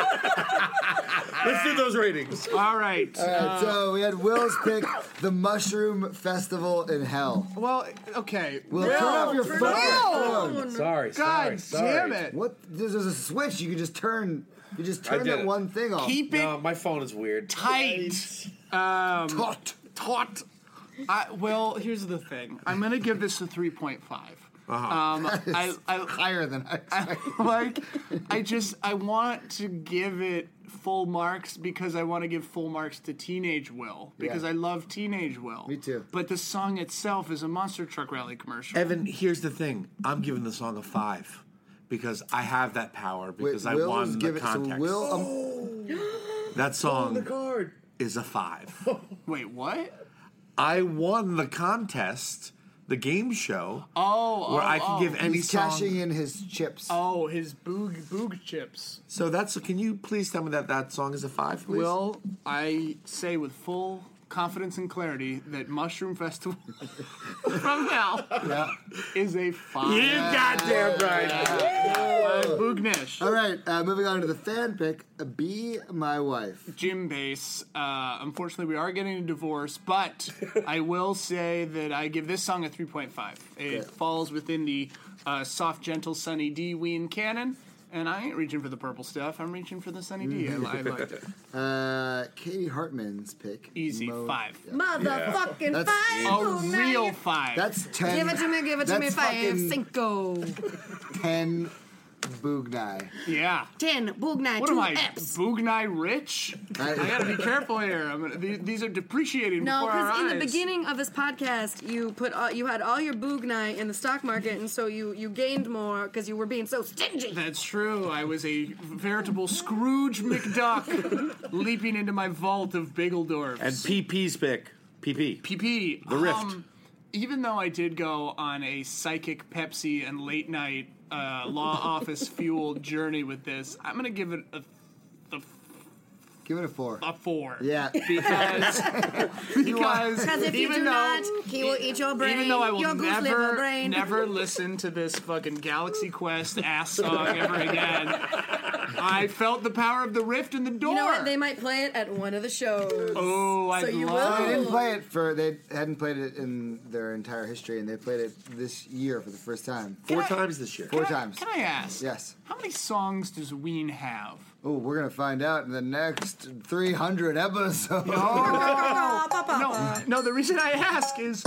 Speaker 4: Let's do those ratings.
Speaker 6: All right.
Speaker 5: All right, so we had Will's pick the Mushroom Festival in Hell.
Speaker 6: Well, okay.
Speaker 5: Will, turn off your
Speaker 10: turn
Speaker 5: phone.
Speaker 10: off your phone.
Speaker 9: Sorry, sorry,
Speaker 6: God
Speaker 9: sorry.
Speaker 6: damn it.
Speaker 5: What? There's there's a switch. You can just turn. You just turn
Speaker 9: did
Speaker 5: that
Speaker 9: it.
Speaker 5: one thing off.
Speaker 6: Keep it
Speaker 9: No, my phone is weird.
Speaker 6: tight. Um,
Speaker 5: Taut.
Speaker 6: Taut. I, well, here's the thing. I'm gonna give this a 3.5. Um, I, I,
Speaker 5: Higher than I.
Speaker 6: I like I just I want to give it full marks because I want to give full marks to Teenage Will because
Speaker 5: Yeah.
Speaker 6: I love Teenage Will.
Speaker 5: Me too.
Speaker 6: But the song itself is a monster truck rally commercial.
Speaker 4: Evan, here's the thing: I'm giving the song a five because I have that power because I
Speaker 5: Will
Speaker 4: won
Speaker 5: was
Speaker 4: the
Speaker 5: given- so
Speaker 4: contest.
Speaker 5: Will, um,
Speaker 4: that
Speaker 9: On the
Speaker 4: song
Speaker 9: card.
Speaker 4: is a five.
Speaker 6: Wait, what?
Speaker 4: I won the contest, the game show,
Speaker 6: Oh,
Speaker 4: where
Speaker 6: oh,
Speaker 4: I can
Speaker 6: oh.
Speaker 4: give any
Speaker 5: he's
Speaker 4: song.
Speaker 5: cashing in his chips.
Speaker 6: Oh, his boog boog chips.
Speaker 4: So that's. Can you please tell me that that song is a five, please?
Speaker 6: Will I say with full confidence and clarity that Mushroom Festival from Hell is a five.
Speaker 4: you goddamn right.
Speaker 6: Five boognish.
Speaker 5: All right, uh, moving on to the fan pick. uh, Be my wife.
Speaker 6: Jim Bass. Uh, unfortunately, we are getting a divorce, but I will say that I give this song a 3.5. It falls within the uh, soft, gentle, Sunny D Ween canon, and I ain't reaching for the purple stuff. I'm reaching for the Sunny D. I, I liked it.
Speaker 5: Uh, Katie Hartman's pick.
Speaker 6: Easy
Speaker 5: Mo-
Speaker 6: five.
Speaker 3: Motherfucking
Speaker 5: That's-
Speaker 3: five.
Speaker 6: A
Speaker 3: oh, man.
Speaker 6: real five.
Speaker 5: That's ten.
Speaker 3: Give it to me, give it to
Speaker 5: that's
Speaker 3: me. Five,
Speaker 5: fucking
Speaker 3: cinco,
Speaker 5: Ten boognai.
Speaker 6: yeah.
Speaker 3: ten, bugnai,
Speaker 6: What
Speaker 3: two
Speaker 6: am I,
Speaker 3: eps.
Speaker 6: Boognai Rich? I gotta be careful here. I'm gonna, the- these are depreciating
Speaker 3: No,
Speaker 6: before our
Speaker 3: because
Speaker 6: eyes.
Speaker 3: in the beginning of this podcast, you put all, you had all your bugnai in the stock market, and so you you gained more because you were being so stingy.
Speaker 6: That's true. I was a veritable Scrooge McDuck leaping into my vault of Biggeldorf.
Speaker 4: And PP's pick. PP.
Speaker 6: PP.
Speaker 4: The Rift.
Speaker 6: um, even though I did go on a psychic Pepsi and late night uh, law office fueled journey with this, I'm going to give it a,
Speaker 5: Give it a four.
Speaker 6: a four.
Speaker 5: Yeah.
Speaker 6: Because, because
Speaker 3: Because if you
Speaker 6: even
Speaker 3: do
Speaker 6: though-
Speaker 3: not, he will eat your brain.
Speaker 6: Even though I will
Speaker 3: your goose liver
Speaker 6: never,
Speaker 3: brain.
Speaker 6: never listen to this fucking Galaxy Quest ass song ever again, I felt the power of the rift in the door.
Speaker 3: You know what? They might play it at one of the shows.
Speaker 6: oh, I
Speaker 3: So you
Speaker 6: love
Speaker 5: They
Speaker 3: will.
Speaker 5: didn't play it for. They hadn't played it in their entire history, and they played it this year for the first time.
Speaker 4: Four
Speaker 6: I-
Speaker 4: times this year.
Speaker 5: Four
Speaker 6: Can I-
Speaker 5: times.
Speaker 6: Can I ask?
Speaker 5: Yes.
Speaker 6: How many songs does Ween have?
Speaker 5: Oh, we're gonna find out in the next 300 episodes.
Speaker 3: Uh,
Speaker 6: No, no. The reason I ask is,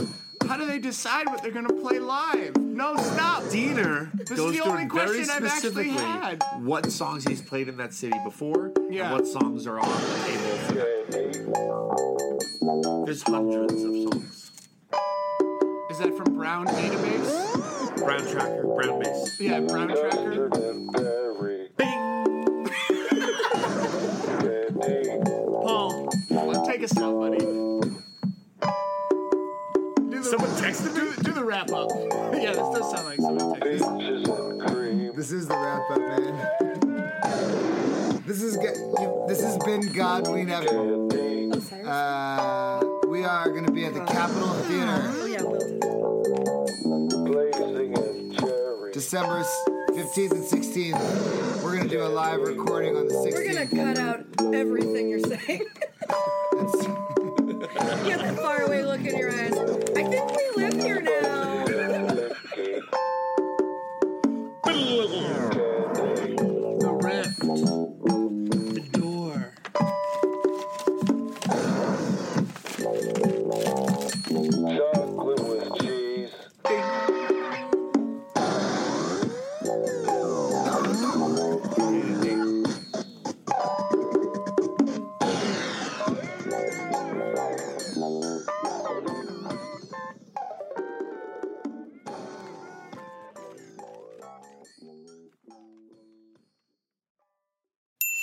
Speaker 6: how do they decide what they're gonna play live? No, stop.
Speaker 4: Diener
Speaker 6: is
Speaker 4: goes
Speaker 6: the
Speaker 4: through
Speaker 6: only
Speaker 4: very
Speaker 6: question I've actually
Speaker 4: specifically
Speaker 6: had.
Speaker 4: what songs he's played in that city before
Speaker 6: Yeah.
Speaker 4: and what songs are on the table. for that. There's hundreds of songs.
Speaker 6: Is that from Brown Database?
Speaker 4: Brown tracker, brown bass.
Speaker 6: Yeah, Brown Tracker.
Speaker 4: Bing!
Speaker 6: Paul, take us out, buddy. Do the,
Speaker 4: Someone texted
Speaker 6: do, do the wrap up. yeah, this does sound like someone texted.
Speaker 5: This is the wrap up, man. This is go- you- this has been God We Never. Uh, we are gonna be at the Capitol Theater,
Speaker 10: Yeah, we'll do.
Speaker 5: December fifteenth and sixteenth. We're gonna do a live recording on the
Speaker 3: We're gonna
Speaker 5: sixteenth.
Speaker 3: cut out everything you're saying. you have that faraway look in your eyes. I think we live here now.
Speaker 6: The rift. The door.
Speaker 8: Chocolate with cheese.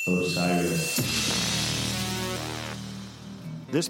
Speaker 11: Osiris.
Speaker 8: This